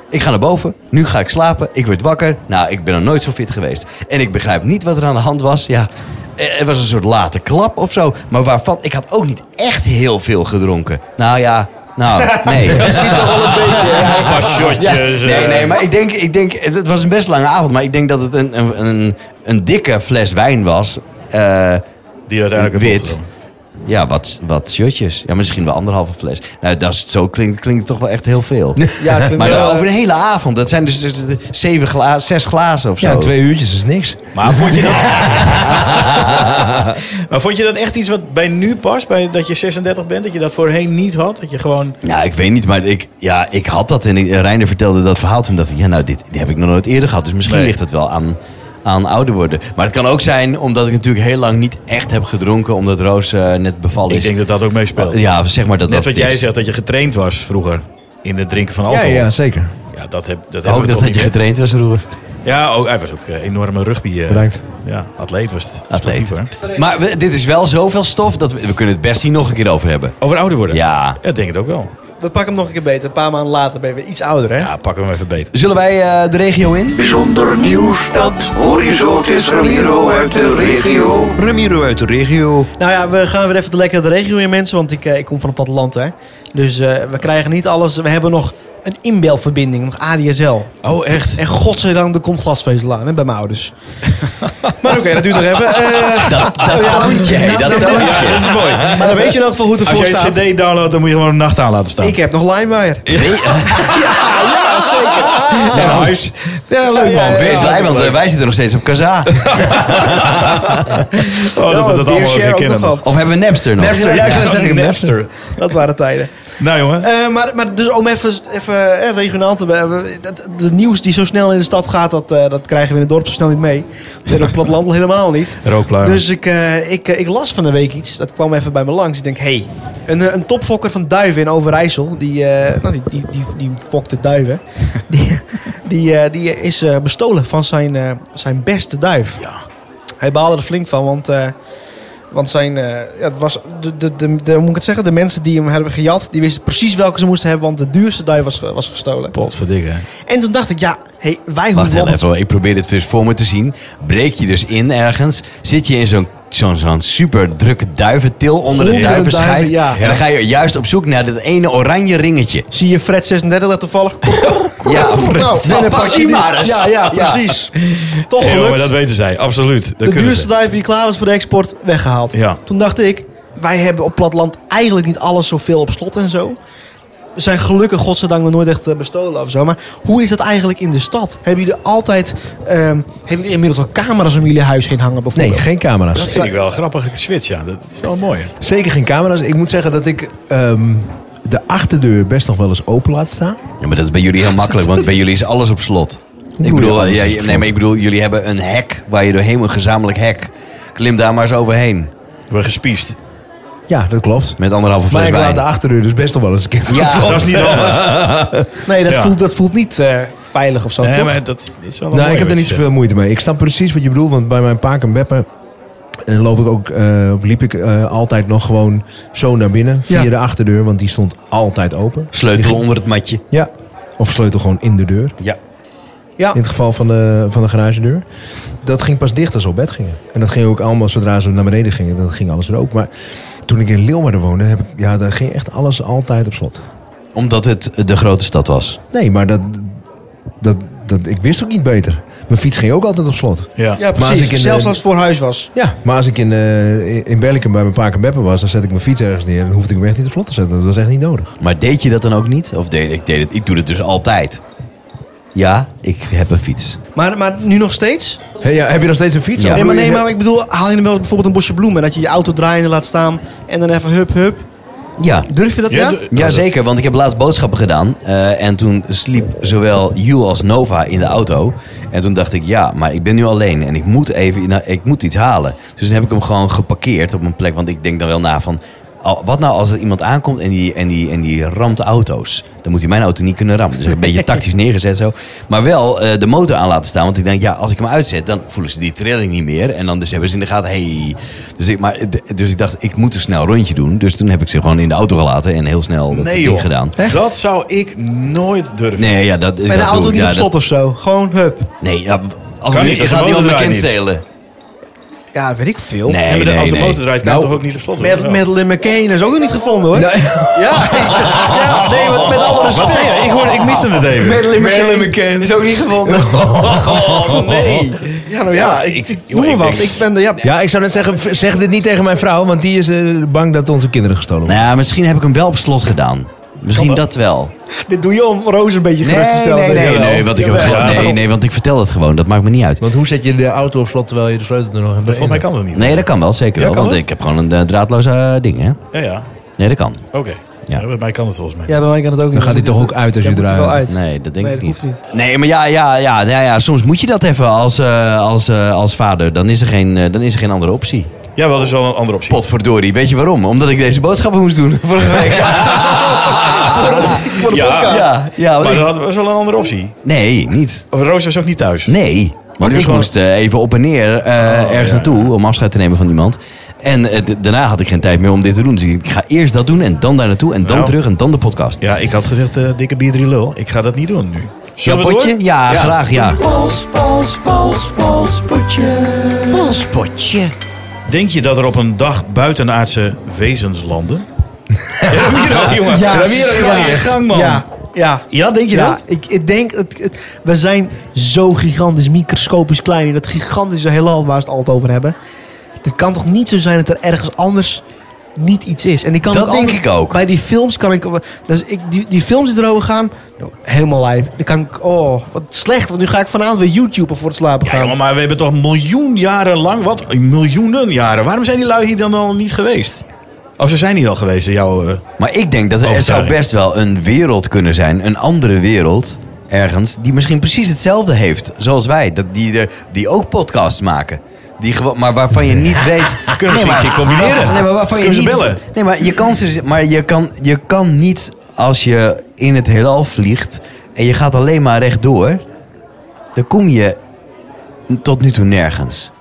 [SPEAKER 1] ik ga naar boven. Nu ga ik slapen. Ik word wakker. Nou, ik ben nog nooit zo fit geweest. En ik begrijp niet wat er aan de hand was. Ja, eh, het was een soort late klap of zo. Maar waarvan, ik had ook niet echt heel veel gedronken. Nou ja, Nou, nee.
[SPEAKER 7] Misschien toch wel een beetje. Ja,
[SPEAKER 2] Een paar shotjes.
[SPEAKER 1] nee,
[SPEAKER 2] eh.
[SPEAKER 1] nee, maar ik denk, ik denk, het was een best lange avond, maar ik denk dat het een, een, een, een dikke fles wijn was. Eh,
[SPEAKER 2] Die uiteindelijk
[SPEAKER 1] Wit.
[SPEAKER 2] opgedronken.
[SPEAKER 1] ja, wat, wat shotjes. Ja, misschien wel anderhalve fles. Nou, dat is, zo klinkt, klinkt het toch wel echt heel veel.
[SPEAKER 7] ja, ik vind
[SPEAKER 1] Maar
[SPEAKER 7] wel,
[SPEAKER 1] dan
[SPEAKER 7] eh,
[SPEAKER 1] over een hele avond. Dat zijn dus eh, zeven gla zes glazen of zo.
[SPEAKER 5] Ja, twee uurtjes is niks.
[SPEAKER 2] Maar vond je dat... maar vond je dat echt iets wat bij nu past? Bij dat je 36 bent? Dat je dat voorheen niet had? Dat je gewoon...
[SPEAKER 1] Nou, ik weet niet, maar ik, ja, ik had dat. En ik- Reinder vertelde dat verhaal. Toen dacht ik, ja, nou, dit, dit heb ik nog nooit eerder gehad. Dus misschien
[SPEAKER 2] Nee.
[SPEAKER 1] ligt het wel aan, aan ouder worden. Maar het kan ook zijn, omdat ik natuurlijk heel lang niet echt heb gedronken. Omdat Roos eh, net bevallen
[SPEAKER 2] Ik
[SPEAKER 1] is.
[SPEAKER 2] denk dat dat ook meespeelt.
[SPEAKER 1] ja, zeg maar dat
[SPEAKER 2] Net
[SPEAKER 1] dat
[SPEAKER 2] wat
[SPEAKER 1] het
[SPEAKER 2] jij
[SPEAKER 1] is.
[SPEAKER 2] zegt, dat je getraind was vroeger. In het drinken van
[SPEAKER 5] Ja,
[SPEAKER 2] alcohol.
[SPEAKER 5] ja, zeker.
[SPEAKER 2] Ja, dat heb dat hebben we
[SPEAKER 1] Ook
[SPEAKER 2] toch
[SPEAKER 1] dat, dat je
[SPEAKER 2] niet meer.
[SPEAKER 1] getraind was vroeger.
[SPEAKER 2] Ja, ook, hij was ook een enorme rugby. eh,
[SPEAKER 5] Bedankt.
[SPEAKER 2] Ja, atleet was het.
[SPEAKER 1] Atleet.
[SPEAKER 2] Sportief, hoor.
[SPEAKER 1] Maar we- dit is wel zoveel stof dat we, we kunnen het best hier nog een keer over hebben.
[SPEAKER 2] Over ouder worden?
[SPEAKER 1] Ja.
[SPEAKER 2] Ik denk het ook wel.
[SPEAKER 3] We pakken hem nog een keer beter. Een paar maanden later ben je weer iets ouder, hè?
[SPEAKER 2] Ja, pakken we hem even beter.
[SPEAKER 1] Zullen wij eh, de regio in?
[SPEAKER 8] Bijzonder nieuws, dat hoor je zo. Het is Ramiro uit de regio.
[SPEAKER 7] Ramiro uit de regio.
[SPEAKER 3] Nou ja, we gaan weer even de lekkere regio in, mensen. Want ik, eh, ik kom van het platteland, hè. Dus eh, we krijgen niet alles. We hebben nog een inbelverbinding, nog ADSL.
[SPEAKER 2] Oh, echt?
[SPEAKER 3] En godzijdank, er komt glasvezel aan, hè, bij mijn ouders. maar oké, dat duurt nog even. Eh,
[SPEAKER 1] Dat, dat toontje, hé, dat
[SPEAKER 2] Dat
[SPEAKER 1] toontje.
[SPEAKER 2] is mooi.
[SPEAKER 3] maar dan weet je in elk geval hoe het
[SPEAKER 2] Als
[SPEAKER 3] ervoor
[SPEAKER 2] jij
[SPEAKER 3] staat.
[SPEAKER 2] een cd downloadt, dan moet je gewoon een nacht aan laten staan.
[SPEAKER 3] Ik heb nog LimeWire.
[SPEAKER 2] ja, zeker. Ja, huis.
[SPEAKER 3] Ja, leuk
[SPEAKER 1] Man, wees blij, want eh, wij zitten nog steeds op Kaza.
[SPEAKER 2] Oh, dat we dat allemaal weer kennen. nog.
[SPEAKER 1] Of hebben we Napster nog?
[SPEAKER 3] Napster, ja, ik zou het zeggen,
[SPEAKER 2] Napster.
[SPEAKER 3] Dat waren tijden.
[SPEAKER 2] Nou jongen.
[SPEAKER 3] Eh, maar, maar dus om even, even eh, regionaal te... be- we- dat- De nieuws die zo snel in de stad gaat, dat, eh, dat krijgen we in het dorp zo snel niet mee. En op het platteland al helemaal niet.
[SPEAKER 1] Oh.
[SPEAKER 2] Rookpluim.
[SPEAKER 3] Dus ik, eh, ik, eh, ik las van de week iets. Dat kwam even bij me langs. Ik denk, hey, een, eh, een topfokker van duiven in Overijssel. Die, eh nou, die, die, die, die fokte duiven. Die, die, eh, die is eh, bestolen van zijn, eh, zijn beste duif. Hij baalde er flink van, want... eh, want zijn, eh, ja, het was, de, de, de, de- hoe moet ik het zeggen, de mensen die hem hebben gejat, die wisten precies welke ze moesten hebben, want de duurste duif was, ge- was gestolen.
[SPEAKER 2] Potverdikke.
[SPEAKER 3] En toen dacht ik, ja, hey, wij
[SPEAKER 1] Wacht
[SPEAKER 3] hoeven
[SPEAKER 1] heel
[SPEAKER 3] wel-
[SPEAKER 1] even, ik probeer dit dus voor me te zien. Breek je dus in ergens, zit je in zo'n zo'n zo'n super drukke duiventil onder de
[SPEAKER 3] Honderden
[SPEAKER 1] duivenscheid.
[SPEAKER 3] duiven, ja.
[SPEAKER 1] En dan ga je juist op zoek naar dat ene oranje ringetje.
[SPEAKER 3] Zie je Fred 36 dat toevallig?
[SPEAKER 1] Ja,
[SPEAKER 3] nou,
[SPEAKER 1] nou,
[SPEAKER 3] dan
[SPEAKER 1] pak
[SPEAKER 3] pak je
[SPEAKER 1] die
[SPEAKER 3] die.
[SPEAKER 1] maar eens.
[SPEAKER 3] Ja, ja, precies. Toch
[SPEAKER 2] Hey, jongen,
[SPEAKER 3] gelukt.
[SPEAKER 2] dat weten zij. Absoluut. Dat
[SPEAKER 3] de
[SPEAKER 2] kunnen
[SPEAKER 3] duurste
[SPEAKER 2] ze.
[SPEAKER 3] duif die klaar was voor de export, weggehaald.
[SPEAKER 2] Ja.
[SPEAKER 3] Toen dacht ik, wij hebben op platteland eigenlijk niet alles zoveel op slot en zo. We zijn gelukkig godzijdank nog nooit echt eh, bestolen of zo. Maar hoe is dat eigenlijk in de stad? Hebben jullie altijd, ehm, hebben jullie inmiddels al camera's om jullie huis heen hangen
[SPEAKER 5] Nee,
[SPEAKER 3] bijvoorbeeld?
[SPEAKER 5] Oh, geen camera's.
[SPEAKER 2] Dat vind ik wel een grappige switch, ja. Dat is wel mooi.
[SPEAKER 5] Zeker geen camera's. Ik moet zeggen dat ik ehm, de achterdeur best nog wel eens open laat staan.
[SPEAKER 1] Ja, maar dat is bij jullie heel makkelijk, want bij jullie is alles op slot. Ik
[SPEAKER 5] bedoel je,
[SPEAKER 1] bedoel,
[SPEAKER 5] alles
[SPEAKER 1] ja,
[SPEAKER 5] is op
[SPEAKER 1] je- nee,
[SPEAKER 5] slot?
[SPEAKER 1] maar ik bedoel, jullie hebben een hek waar je doorheen moet, een gezamenlijk hek. Klim daar maar eens overheen
[SPEAKER 2] We gespiest.
[SPEAKER 5] Ja, dat klopt.
[SPEAKER 1] met anderhalve
[SPEAKER 5] Maar
[SPEAKER 1] fles
[SPEAKER 5] ik laat
[SPEAKER 1] wijn.
[SPEAKER 5] de achterdeur dus best nog wel eens een keer
[SPEAKER 1] Ja.
[SPEAKER 2] Dat is niet handig.
[SPEAKER 3] Nee, dat,
[SPEAKER 2] Ja.
[SPEAKER 3] voelt, dat voelt niet eh, veilig of zo,
[SPEAKER 2] Nee,
[SPEAKER 3] toch?
[SPEAKER 2] maar dat, dat is wel een
[SPEAKER 5] Nou,
[SPEAKER 2] mooie
[SPEAKER 5] ik heb er
[SPEAKER 2] wat
[SPEAKER 5] niet
[SPEAKER 2] je
[SPEAKER 5] zoveel moeite mee. Ik snap precies wat je bedoelt, want bij mijn paak en beppen... En dan loop ik ook, eh, of liep ik eh, altijd nog gewoon zo naar binnen. Via
[SPEAKER 3] Ja.
[SPEAKER 5] de achterdeur, want die stond altijd open.
[SPEAKER 1] Sleutel onder het matje.
[SPEAKER 5] Ja. Of sleutel gewoon in de deur.
[SPEAKER 1] Ja.
[SPEAKER 3] Ja.
[SPEAKER 5] In het geval van de, van de garagedeur. Dat ging pas dicht als we op bed gingen. En dat ging ook allemaal zodra ze naar beneden gingen. Dan ging alles weer open. Maar toen ik in Leeuwarden woonde, heb ik, ja, daar ging echt alles altijd op slot.
[SPEAKER 1] Omdat het de grote stad was.
[SPEAKER 5] Nee, maar dat, dat, dat, ik wist ook niet beter. Mijn fiets ging ook altijd op slot.
[SPEAKER 2] zegt. Ja.
[SPEAKER 3] ja,
[SPEAKER 5] als ik
[SPEAKER 3] precies.
[SPEAKER 5] in de-
[SPEAKER 3] Zelfs als het voor huis was.
[SPEAKER 5] Ja, maar als ik in, eh in Berlikum bij mijn paak en beppen was, dan zet ik mijn fiets ergens neer en dan hoefde ik hem echt niet op slot te zetten. Dat was echt niet nodig.
[SPEAKER 1] Maar deed je dat dan ook niet? Of deed ik deed het? Ik doe het dus altijd. Ja, ik heb een fiets.
[SPEAKER 3] Maar, maar nu nog steeds?
[SPEAKER 5] Hey, ja, heb je nog steeds een fiets?
[SPEAKER 1] Ja.
[SPEAKER 5] Of
[SPEAKER 3] Nee, maar,
[SPEAKER 5] bedoel
[SPEAKER 3] nee,
[SPEAKER 5] je-
[SPEAKER 3] maar ik bedoel, haal je dan wel eens bijvoorbeeld een bosje bloemen? Dat je je auto draaiende laat staan en dan even hup, hup.
[SPEAKER 1] Ja.
[SPEAKER 3] Durf je dat, ja?
[SPEAKER 2] Ja, d-
[SPEAKER 1] Ja, zeker, want ik heb laatst boodschappen gedaan. eh, en toen sliep zowel Jules als Nova in de auto. En toen dacht ik, ja, maar ik ben nu alleen. En ik moet even, nou, ik moet iets halen. Dus toen heb ik hem gewoon geparkeerd op een plek. Want ik denk dan wel na van, al- wat nou als er iemand aankomt en die, en die, en die ramt auto's? Dan moet hij mijn auto niet kunnen rammen. Dus een beetje tactisch neergezet zo. Maar wel eh, de motor aan laten staan. Want ik denk, ja, als ik hem uitzet, dan voelen ze die trilling niet meer. En dan dus hebben ze in de gaten, Hey. Dus, ik, maar, d- dus ik dacht, ik moet een snel rondje doen. Dus toen heb ik ze gewoon in de auto gelaten en heel snel dat
[SPEAKER 2] Nee
[SPEAKER 1] ding
[SPEAKER 2] joh.
[SPEAKER 1] gedaan.
[SPEAKER 2] Dat zou ik nooit durven.
[SPEAKER 1] Nee, ja, dat,
[SPEAKER 3] Bij de
[SPEAKER 1] dat
[SPEAKER 3] auto
[SPEAKER 1] doe ik,
[SPEAKER 3] niet
[SPEAKER 1] ja,
[SPEAKER 3] op slot
[SPEAKER 1] dat-
[SPEAKER 3] of zo. Gewoon hup.
[SPEAKER 1] nee, ja, als
[SPEAKER 2] Kan
[SPEAKER 1] we,
[SPEAKER 2] niet,
[SPEAKER 1] ik
[SPEAKER 2] als
[SPEAKER 1] gaat
[SPEAKER 2] de
[SPEAKER 1] iemand mijn
[SPEAKER 2] motor
[SPEAKER 1] kind
[SPEAKER 2] draait
[SPEAKER 1] stelen.
[SPEAKER 3] Ja, dat weet ik veel.
[SPEAKER 1] Nee,
[SPEAKER 2] Ja, maar
[SPEAKER 1] nee,
[SPEAKER 2] als de
[SPEAKER 1] nee.
[SPEAKER 2] motor draait, kan
[SPEAKER 1] Nou,
[SPEAKER 2] het toch ook niet gesloten
[SPEAKER 3] Met,
[SPEAKER 2] worden?
[SPEAKER 3] Madeleine McCain is ook nog niet gevonden hoor. Ja, ja, nee, met, met alle
[SPEAKER 2] Wat zei je?
[SPEAKER 3] respect.
[SPEAKER 2] Ik, hoorde, ik miste het even.
[SPEAKER 3] Madeleine McCain is ook niet gevonden.
[SPEAKER 1] Oh, nee.
[SPEAKER 3] Ja, nou ja, ik, ik, noem maar wat. Ik ben de, ja,
[SPEAKER 5] Ja, ik zou net zeggen, v- zeg dit niet tegen mijn vrouw, want die is eh, bang dat onze kinderen gestolen worden.
[SPEAKER 1] Nou ja, misschien heb ik hem wel op slot gedaan. Misschien dat wel.
[SPEAKER 3] dit doe je om Roos een beetje gerust te stellen.
[SPEAKER 1] nee, nee,
[SPEAKER 3] Jawel.
[SPEAKER 1] nee, want ik heb
[SPEAKER 3] Jawel.
[SPEAKER 1] geen- nee, nee, want ik vertel het gewoon. Dat maakt me niet uit.
[SPEAKER 5] Want hoe zet je de auto op slot terwijl je de sleutel er nog hebt?
[SPEAKER 2] Volgens mij kan dat niet.
[SPEAKER 1] Nee, dat kan wel, zeker
[SPEAKER 2] Ja,
[SPEAKER 1] wel.
[SPEAKER 2] kan
[SPEAKER 1] Want
[SPEAKER 2] het?
[SPEAKER 1] ik heb gewoon een eh, draadloos eh, ding, hè.
[SPEAKER 2] Ja, ja.
[SPEAKER 1] Nee, dat kan.
[SPEAKER 2] Oké.
[SPEAKER 1] Ja.
[SPEAKER 2] Ja. bij mij kan het volgens mij.
[SPEAKER 3] Ja, bij mij kan het ook niet.
[SPEAKER 5] Dan gaat hij toch ook uit als je
[SPEAKER 3] Ja, moet
[SPEAKER 5] eruit...
[SPEAKER 3] wel uit.
[SPEAKER 1] Nee, dat denk
[SPEAKER 3] Nee,
[SPEAKER 1] ik
[SPEAKER 3] dat
[SPEAKER 1] niet.
[SPEAKER 3] hoeft
[SPEAKER 1] Nee, maar ja, ja, ja, nou ja, ja, soms moet je dat even als, eh, als, eh, als vader. Dan is, er geen, eh, dan is er geen andere optie.
[SPEAKER 2] Ja, wel, dat is wel een andere optie.
[SPEAKER 1] Potverdorie, weet je waarom? Omdat ik deze boodschappen moest doen vorige week.
[SPEAKER 2] voor de ja, Ja.
[SPEAKER 1] Ja, ja want
[SPEAKER 2] Maar
[SPEAKER 1] ik-
[SPEAKER 2] dat was wel een andere optie.
[SPEAKER 1] Nee, niet.
[SPEAKER 2] Of Roos was ook niet thuis.
[SPEAKER 1] Nee. Want
[SPEAKER 2] dus
[SPEAKER 1] ik
[SPEAKER 2] gewoon-
[SPEAKER 1] moest eh, even op en neer eh, ergens
[SPEAKER 2] Oh, ja.
[SPEAKER 1] naartoe om afscheid te nemen van iemand. En eh, d- daarna had ik geen tijd meer om dit te doen. Dus ik ga eerst dat doen en dan daar naartoe en dan
[SPEAKER 2] Nou.
[SPEAKER 1] terug en dan de podcast.
[SPEAKER 2] Ja, ik had gezegd, eh, dikke bier drie lul. Ik ga dat niet doen nu.
[SPEAKER 1] Ja,
[SPEAKER 2] Zullen we
[SPEAKER 1] potje?
[SPEAKER 2] door?
[SPEAKER 1] Ja,
[SPEAKER 2] Ja.
[SPEAKER 1] graag, ja.
[SPEAKER 6] Polspotje.
[SPEAKER 2] Denk je dat er op een dag buitenaardse wezens landen? ja, Ramiro, jongen.
[SPEAKER 3] Ja,
[SPEAKER 2] Ramiro, ga je
[SPEAKER 3] echt.
[SPEAKER 2] gang, man.
[SPEAKER 3] Ja, ja.
[SPEAKER 2] Ja, denk je
[SPEAKER 3] Ja,
[SPEAKER 2] dat?
[SPEAKER 3] ik, ik denk, het, het- we zijn zo gigantisch, microscopisch klein in dat gigantische heelal waar ze het altijd over hebben. Het kan toch niet zo zijn dat er ergens anders niet iets is. En ik kan
[SPEAKER 1] Dat
[SPEAKER 3] altijd-
[SPEAKER 1] denk ik ook.
[SPEAKER 3] Bij die films kan ik, dus ik die, die films die erover gaan, nou, helemaal lijm. Dan kan ik, oh, wat slecht, want nu ga ik vanavond weer YouTuber voor het slapen
[SPEAKER 2] Ja,
[SPEAKER 3] gaan.
[SPEAKER 2] jongen, maar we hebben toch miljoen jaren lang, wat? Miljoenen jaren. Waarom zijn die lui hier dan al niet geweest? Of ze zijn hier al geweest, in jouw... eh,
[SPEAKER 1] Maar ik denk dat er, er zou
[SPEAKER 2] Overtuiging.
[SPEAKER 1] best wel een wereld kunnen zijn, een andere wereld ergens, die misschien precies hetzelfde heeft zoals wij. Dat die, er, die ook podcasts maken. Die gewoon, maar waarvan je niet weet.
[SPEAKER 2] Kunnen ze misschien combineren.
[SPEAKER 1] Nee, maar waarvan je
[SPEAKER 2] Kunnen ze
[SPEAKER 1] niet.
[SPEAKER 2] bellen?
[SPEAKER 1] Nee, maar je kan, ze- maar je, kan, je kan niet als je in het heelal vliegt en je gaat alleen maar rechtdoor, dan kom je tot nu toe nergens.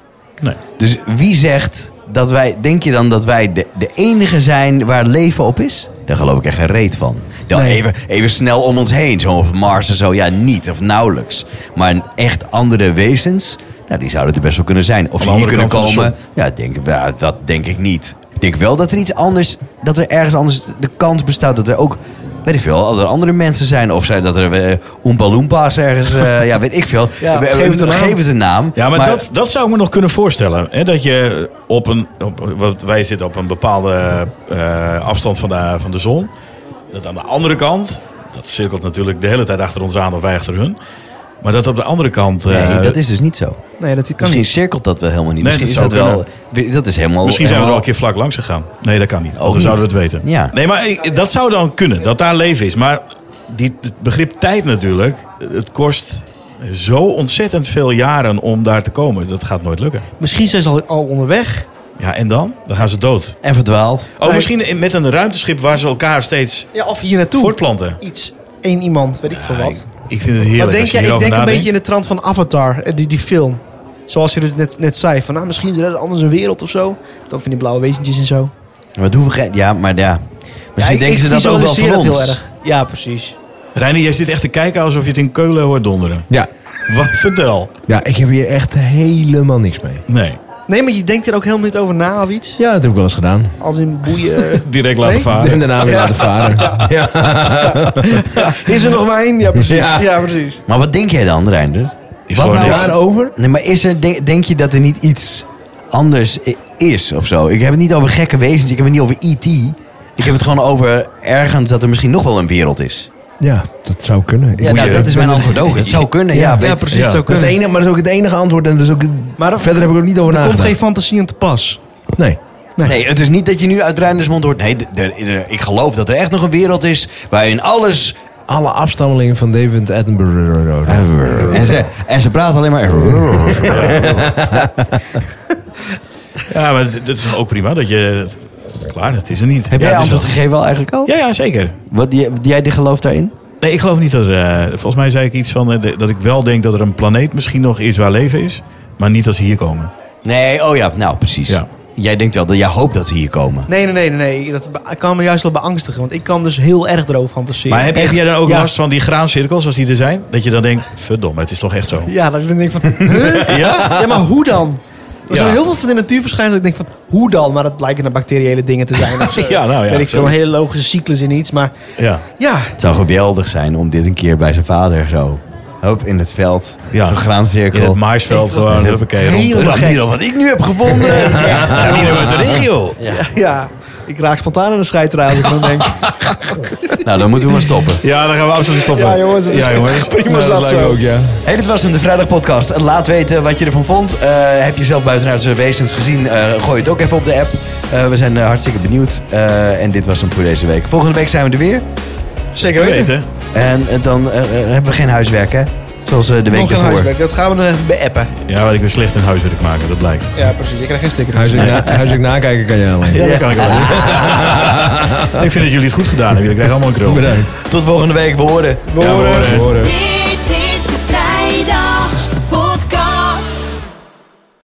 [SPEAKER 2] Nee.
[SPEAKER 1] Dus wie zegt dat wij. Denk je dan dat wij de, de enige zijn waar leven op is? Daar geloof ik echt geen reet van. Dan
[SPEAKER 3] Nee.
[SPEAKER 1] even, even snel om ons heen, zo op Mars en zo. Ja, niet of nauwelijks. Maar een echt andere wezens, nou, die zouden er best wel kunnen zijn. Of
[SPEAKER 2] Aan
[SPEAKER 1] die
[SPEAKER 2] de
[SPEAKER 1] hier
[SPEAKER 2] andere
[SPEAKER 1] kunnen
[SPEAKER 2] kant van de
[SPEAKER 1] komen. Ja, denk, ik- ja, dat denk ik niet. Ik denk wel dat er iets anders. Dat er ergens anders de kans bestaat dat er ook. Weet ik veel, dat er andere mensen zijn. Of zijn dat er eh, Oompa Loompa's ergens. eh, ja, weet ik veel.
[SPEAKER 3] Ja,
[SPEAKER 1] We- we-
[SPEAKER 3] geef het een naam.
[SPEAKER 1] geef het een naam.
[SPEAKER 2] Ja, maar, dat, dat zou ik me nog kunnen voorstellen. Hè? Dat je op een. Op, wat, wij zitten op een bepaalde eh, afstand van de, van de zon. Dat aan de andere kant. Dat cirkelt natuurlijk de hele tijd achter ons aan of wij achter hun. Maar dat op de andere kant. eh,
[SPEAKER 1] Nee, dat is dus niet zo.
[SPEAKER 3] nee, dat kan
[SPEAKER 1] Misschien
[SPEAKER 3] niet.
[SPEAKER 1] cirkelt dat wel helemaal niet.
[SPEAKER 2] Nee,
[SPEAKER 1] Misschien
[SPEAKER 2] dat
[SPEAKER 1] is dat
[SPEAKER 2] zou
[SPEAKER 1] wel. Dat is helemaal.
[SPEAKER 2] Misschien zijn we er al
[SPEAKER 1] helemaal-
[SPEAKER 2] een keer vlak langs gegaan. Nee, dat kan niet.
[SPEAKER 1] Oh. Ook
[SPEAKER 2] Anders zouden we het weten.
[SPEAKER 1] Ja.
[SPEAKER 2] Nee, maar ik- dat zou dan kunnen. Dat daar leven is. Maar die, het begrip tijd natuurlijk. Het kost zo ontzettend veel jaren om daar te komen. Dat gaat nooit lukken.
[SPEAKER 3] Misschien zijn ze al, al onderweg.
[SPEAKER 2] Ja, en dan? Dan gaan ze dood.
[SPEAKER 1] En verdwaald.
[SPEAKER 2] Oh, misschien in- met een ruimteschip waar ze elkaar steeds
[SPEAKER 3] Ja, of hier naartoe.
[SPEAKER 2] voortplanten.
[SPEAKER 3] Iets, één iemand, weet ik veel wat.
[SPEAKER 2] ik, ik vind het heerlijk.
[SPEAKER 3] Maar denk
[SPEAKER 2] als je
[SPEAKER 3] jij, ik
[SPEAKER 2] hierover
[SPEAKER 3] denk een
[SPEAKER 2] nadenkt.
[SPEAKER 3] beetje in de trant van Avatar, eh, die, die film. Zoals je het net, net zei, van nou, misschien is er anders een wereld of zo. Dan van die blauwe wezentjes en zo.
[SPEAKER 1] Wat hoeven ge- Ja, maar ja. Misschien
[SPEAKER 3] Ja, ik-
[SPEAKER 1] denken ze
[SPEAKER 3] ik
[SPEAKER 1] dat ook wel
[SPEAKER 3] visualiseer
[SPEAKER 1] van ons.
[SPEAKER 3] dat heel erg. Ja, precies.
[SPEAKER 2] Reinier, jij zit echt te kijken alsof je het in Keulen hoort donderen.
[SPEAKER 5] Ja.
[SPEAKER 2] Wat vertel?
[SPEAKER 5] ja, ik heb hier echt helemaal niks mee.
[SPEAKER 2] Nee.
[SPEAKER 3] Nee, maar je denkt er ook helemaal niet over na of iets.
[SPEAKER 5] Ja, dat heb ik wel eens gedaan.
[SPEAKER 3] Als in boeien.
[SPEAKER 2] Direct laten
[SPEAKER 3] Nee?
[SPEAKER 2] varen.
[SPEAKER 5] En daarna weer laten varen. Ja.
[SPEAKER 3] is er nog wijn? Ja, precies.
[SPEAKER 5] Ja.
[SPEAKER 3] Ja, precies.
[SPEAKER 1] Maar wat denk jij dan, Reinder?
[SPEAKER 2] Is
[SPEAKER 1] Wat
[SPEAKER 2] gewoon
[SPEAKER 1] nou
[SPEAKER 2] niks.
[SPEAKER 5] Daarover?
[SPEAKER 1] Nee, maar is er, de- denk je dat er niet iets anders i- is of zo? Ik heb het niet over gekke wezens. Ik heb het niet over E.T. Ik heb het gewoon over ergens dat er misschien nog wel een wereld is.
[SPEAKER 5] Ja, dat zou kunnen. Ik
[SPEAKER 1] Ja, nou,
[SPEAKER 5] moet-
[SPEAKER 1] dat
[SPEAKER 5] ik
[SPEAKER 1] is
[SPEAKER 5] ben-
[SPEAKER 1] mijn antwoord ook. Het zou kunnen, ja. weet-
[SPEAKER 3] precies.
[SPEAKER 2] ja.
[SPEAKER 3] Zo
[SPEAKER 5] Dat is het
[SPEAKER 3] kunnen.
[SPEAKER 5] enige, maar dat is ook het enige antwoord. En dat is ook,
[SPEAKER 3] Maar er-
[SPEAKER 5] verder heb ik er ook niet over
[SPEAKER 3] Er komt
[SPEAKER 5] nagedacht.
[SPEAKER 3] geen fantasie aan te pas.
[SPEAKER 5] Nee.
[SPEAKER 1] Nee, het is niet dat je nu uit Reiners mond hoort. Nee, d- d- d- ik geloof dat er echt nog een wereld is waarin alles
[SPEAKER 5] Alle afstammelingen van David Attenborough.
[SPEAKER 1] En ze, en ze praat alleen maar.
[SPEAKER 2] Ja, maar dat- dat is ook prima dat je... Klaar, dat is er niet.
[SPEAKER 1] Heb
[SPEAKER 2] ja,
[SPEAKER 1] jij
[SPEAKER 2] het is
[SPEAKER 1] antwoord
[SPEAKER 2] wel-
[SPEAKER 1] gegeven al eigenlijk al?
[SPEAKER 2] Ja, ja, zeker.
[SPEAKER 1] Wat, jij, jij die gelooft daarin?
[SPEAKER 2] Nee, ik geloof niet dat... eh, volgens mij zei ik iets van eh, de- dat ik wel denk dat er een planeet misschien nog is waar leven is. Maar niet als ze hier komen.
[SPEAKER 1] Nee, oh ja, nou precies.
[SPEAKER 2] Ja.
[SPEAKER 1] Jij denkt wel dat jij hoopt dat ze hier komen.
[SPEAKER 3] Nee, nee, nee, nee. nee. Dat be- kan me juist wel beangstigen. Want ik kan dus heel erg erover fantaseren.
[SPEAKER 2] Maar heb, heb jij dan ook
[SPEAKER 3] Ja.
[SPEAKER 2] last van die graancirkels als die er zijn? Dat je dan denkt, verdomme, het is toch echt zo.
[SPEAKER 3] Ja, dat ik dan denk van... huh?
[SPEAKER 2] Ja?
[SPEAKER 3] Ja, maar hoe dan? Er zijn heel veel van die natuurverschijnselen. dat Ik denk van, hoe dan? Maar dat blijken dan bacteriële dingen te zijn. Of, eh,
[SPEAKER 2] Ja, nou ja,
[SPEAKER 3] Weet ik veel, een
[SPEAKER 2] zoiets.
[SPEAKER 3] hele logische cyclus in iets. Maar
[SPEAKER 2] Ja.
[SPEAKER 3] ja,
[SPEAKER 1] Het zou geweldig zijn om dit een keer bij zijn vader zo... Hoop, in het veld.
[SPEAKER 2] Ja.
[SPEAKER 1] Zo'n
[SPEAKER 2] In het
[SPEAKER 1] graancirkel.
[SPEAKER 2] maisveld gewoon.
[SPEAKER 1] zit
[SPEAKER 2] Huppakee, rond.
[SPEAKER 3] heel gek.
[SPEAKER 1] wat ik nu heb gevonden.
[SPEAKER 2] Ja, niet uit de regio.
[SPEAKER 3] Ja, ik raak spontaan aan de scheideraad. Ik dan denk, "Oh,
[SPEAKER 1] nou, dan moeten we maar stoppen.
[SPEAKER 2] Ja, dan gaan we absoluut stoppen.
[SPEAKER 3] Ja, jongens, het is
[SPEAKER 2] ja, jongens.
[SPEAKER 3] prima
[SPEAKER 2] Nou,
[SPEAKER 3] zat
[SPEAKER 2] lijkt me
[SPEAKER 3] zo.
[SPEAKER 2] ook, ja.
[SPEAKER 1] Hey, dit was hem, de Vrijdagpodcast. Laat weten wat je ervan vond. Eh, heb je zelf buitenaardse wezens gezien? Eh, gooi het ook even op de app. Eh, we zijn eh, hartstikke benieuwd. Eh, en dit was hem voor deze week. Volgende week zijn we er weer.
[SPEAKER 3] zeker weten.
[SPEAKER 2] Weten.
[SPEAKER 1] En eh, dan eh, eh, hebben we geen huiswerk, hè? Zoals eh, de week
[SPEAKER 3] Nog geen
[SPEAKER 1] daarvoor.
[SPEAKER 3] huiswerk, dat gaan we nog even beappen.
[SPEAKER 2] Ja, wat ik weer slecht in huiswerk maken, dat blijkt.
[SPEAKER 3] Ja, precies. Ik krijg geen sticker.
[SPEAKER 5] Huiselijk, na- huiselijk nakijken kan je alleen.
[SPEAKER 2] Ja, dat kan ik wel. ik vind dat jullie het goed gedaan hebben. Jullie krijgen allemaal een krul.
[SPEAKER 5] Bedankt.
[SPEAKER 1] Tot volgende week, we horen.
[SPEAKER 2] Ja, we horen.
[SPEAKER 4] Dit is de vrijdag.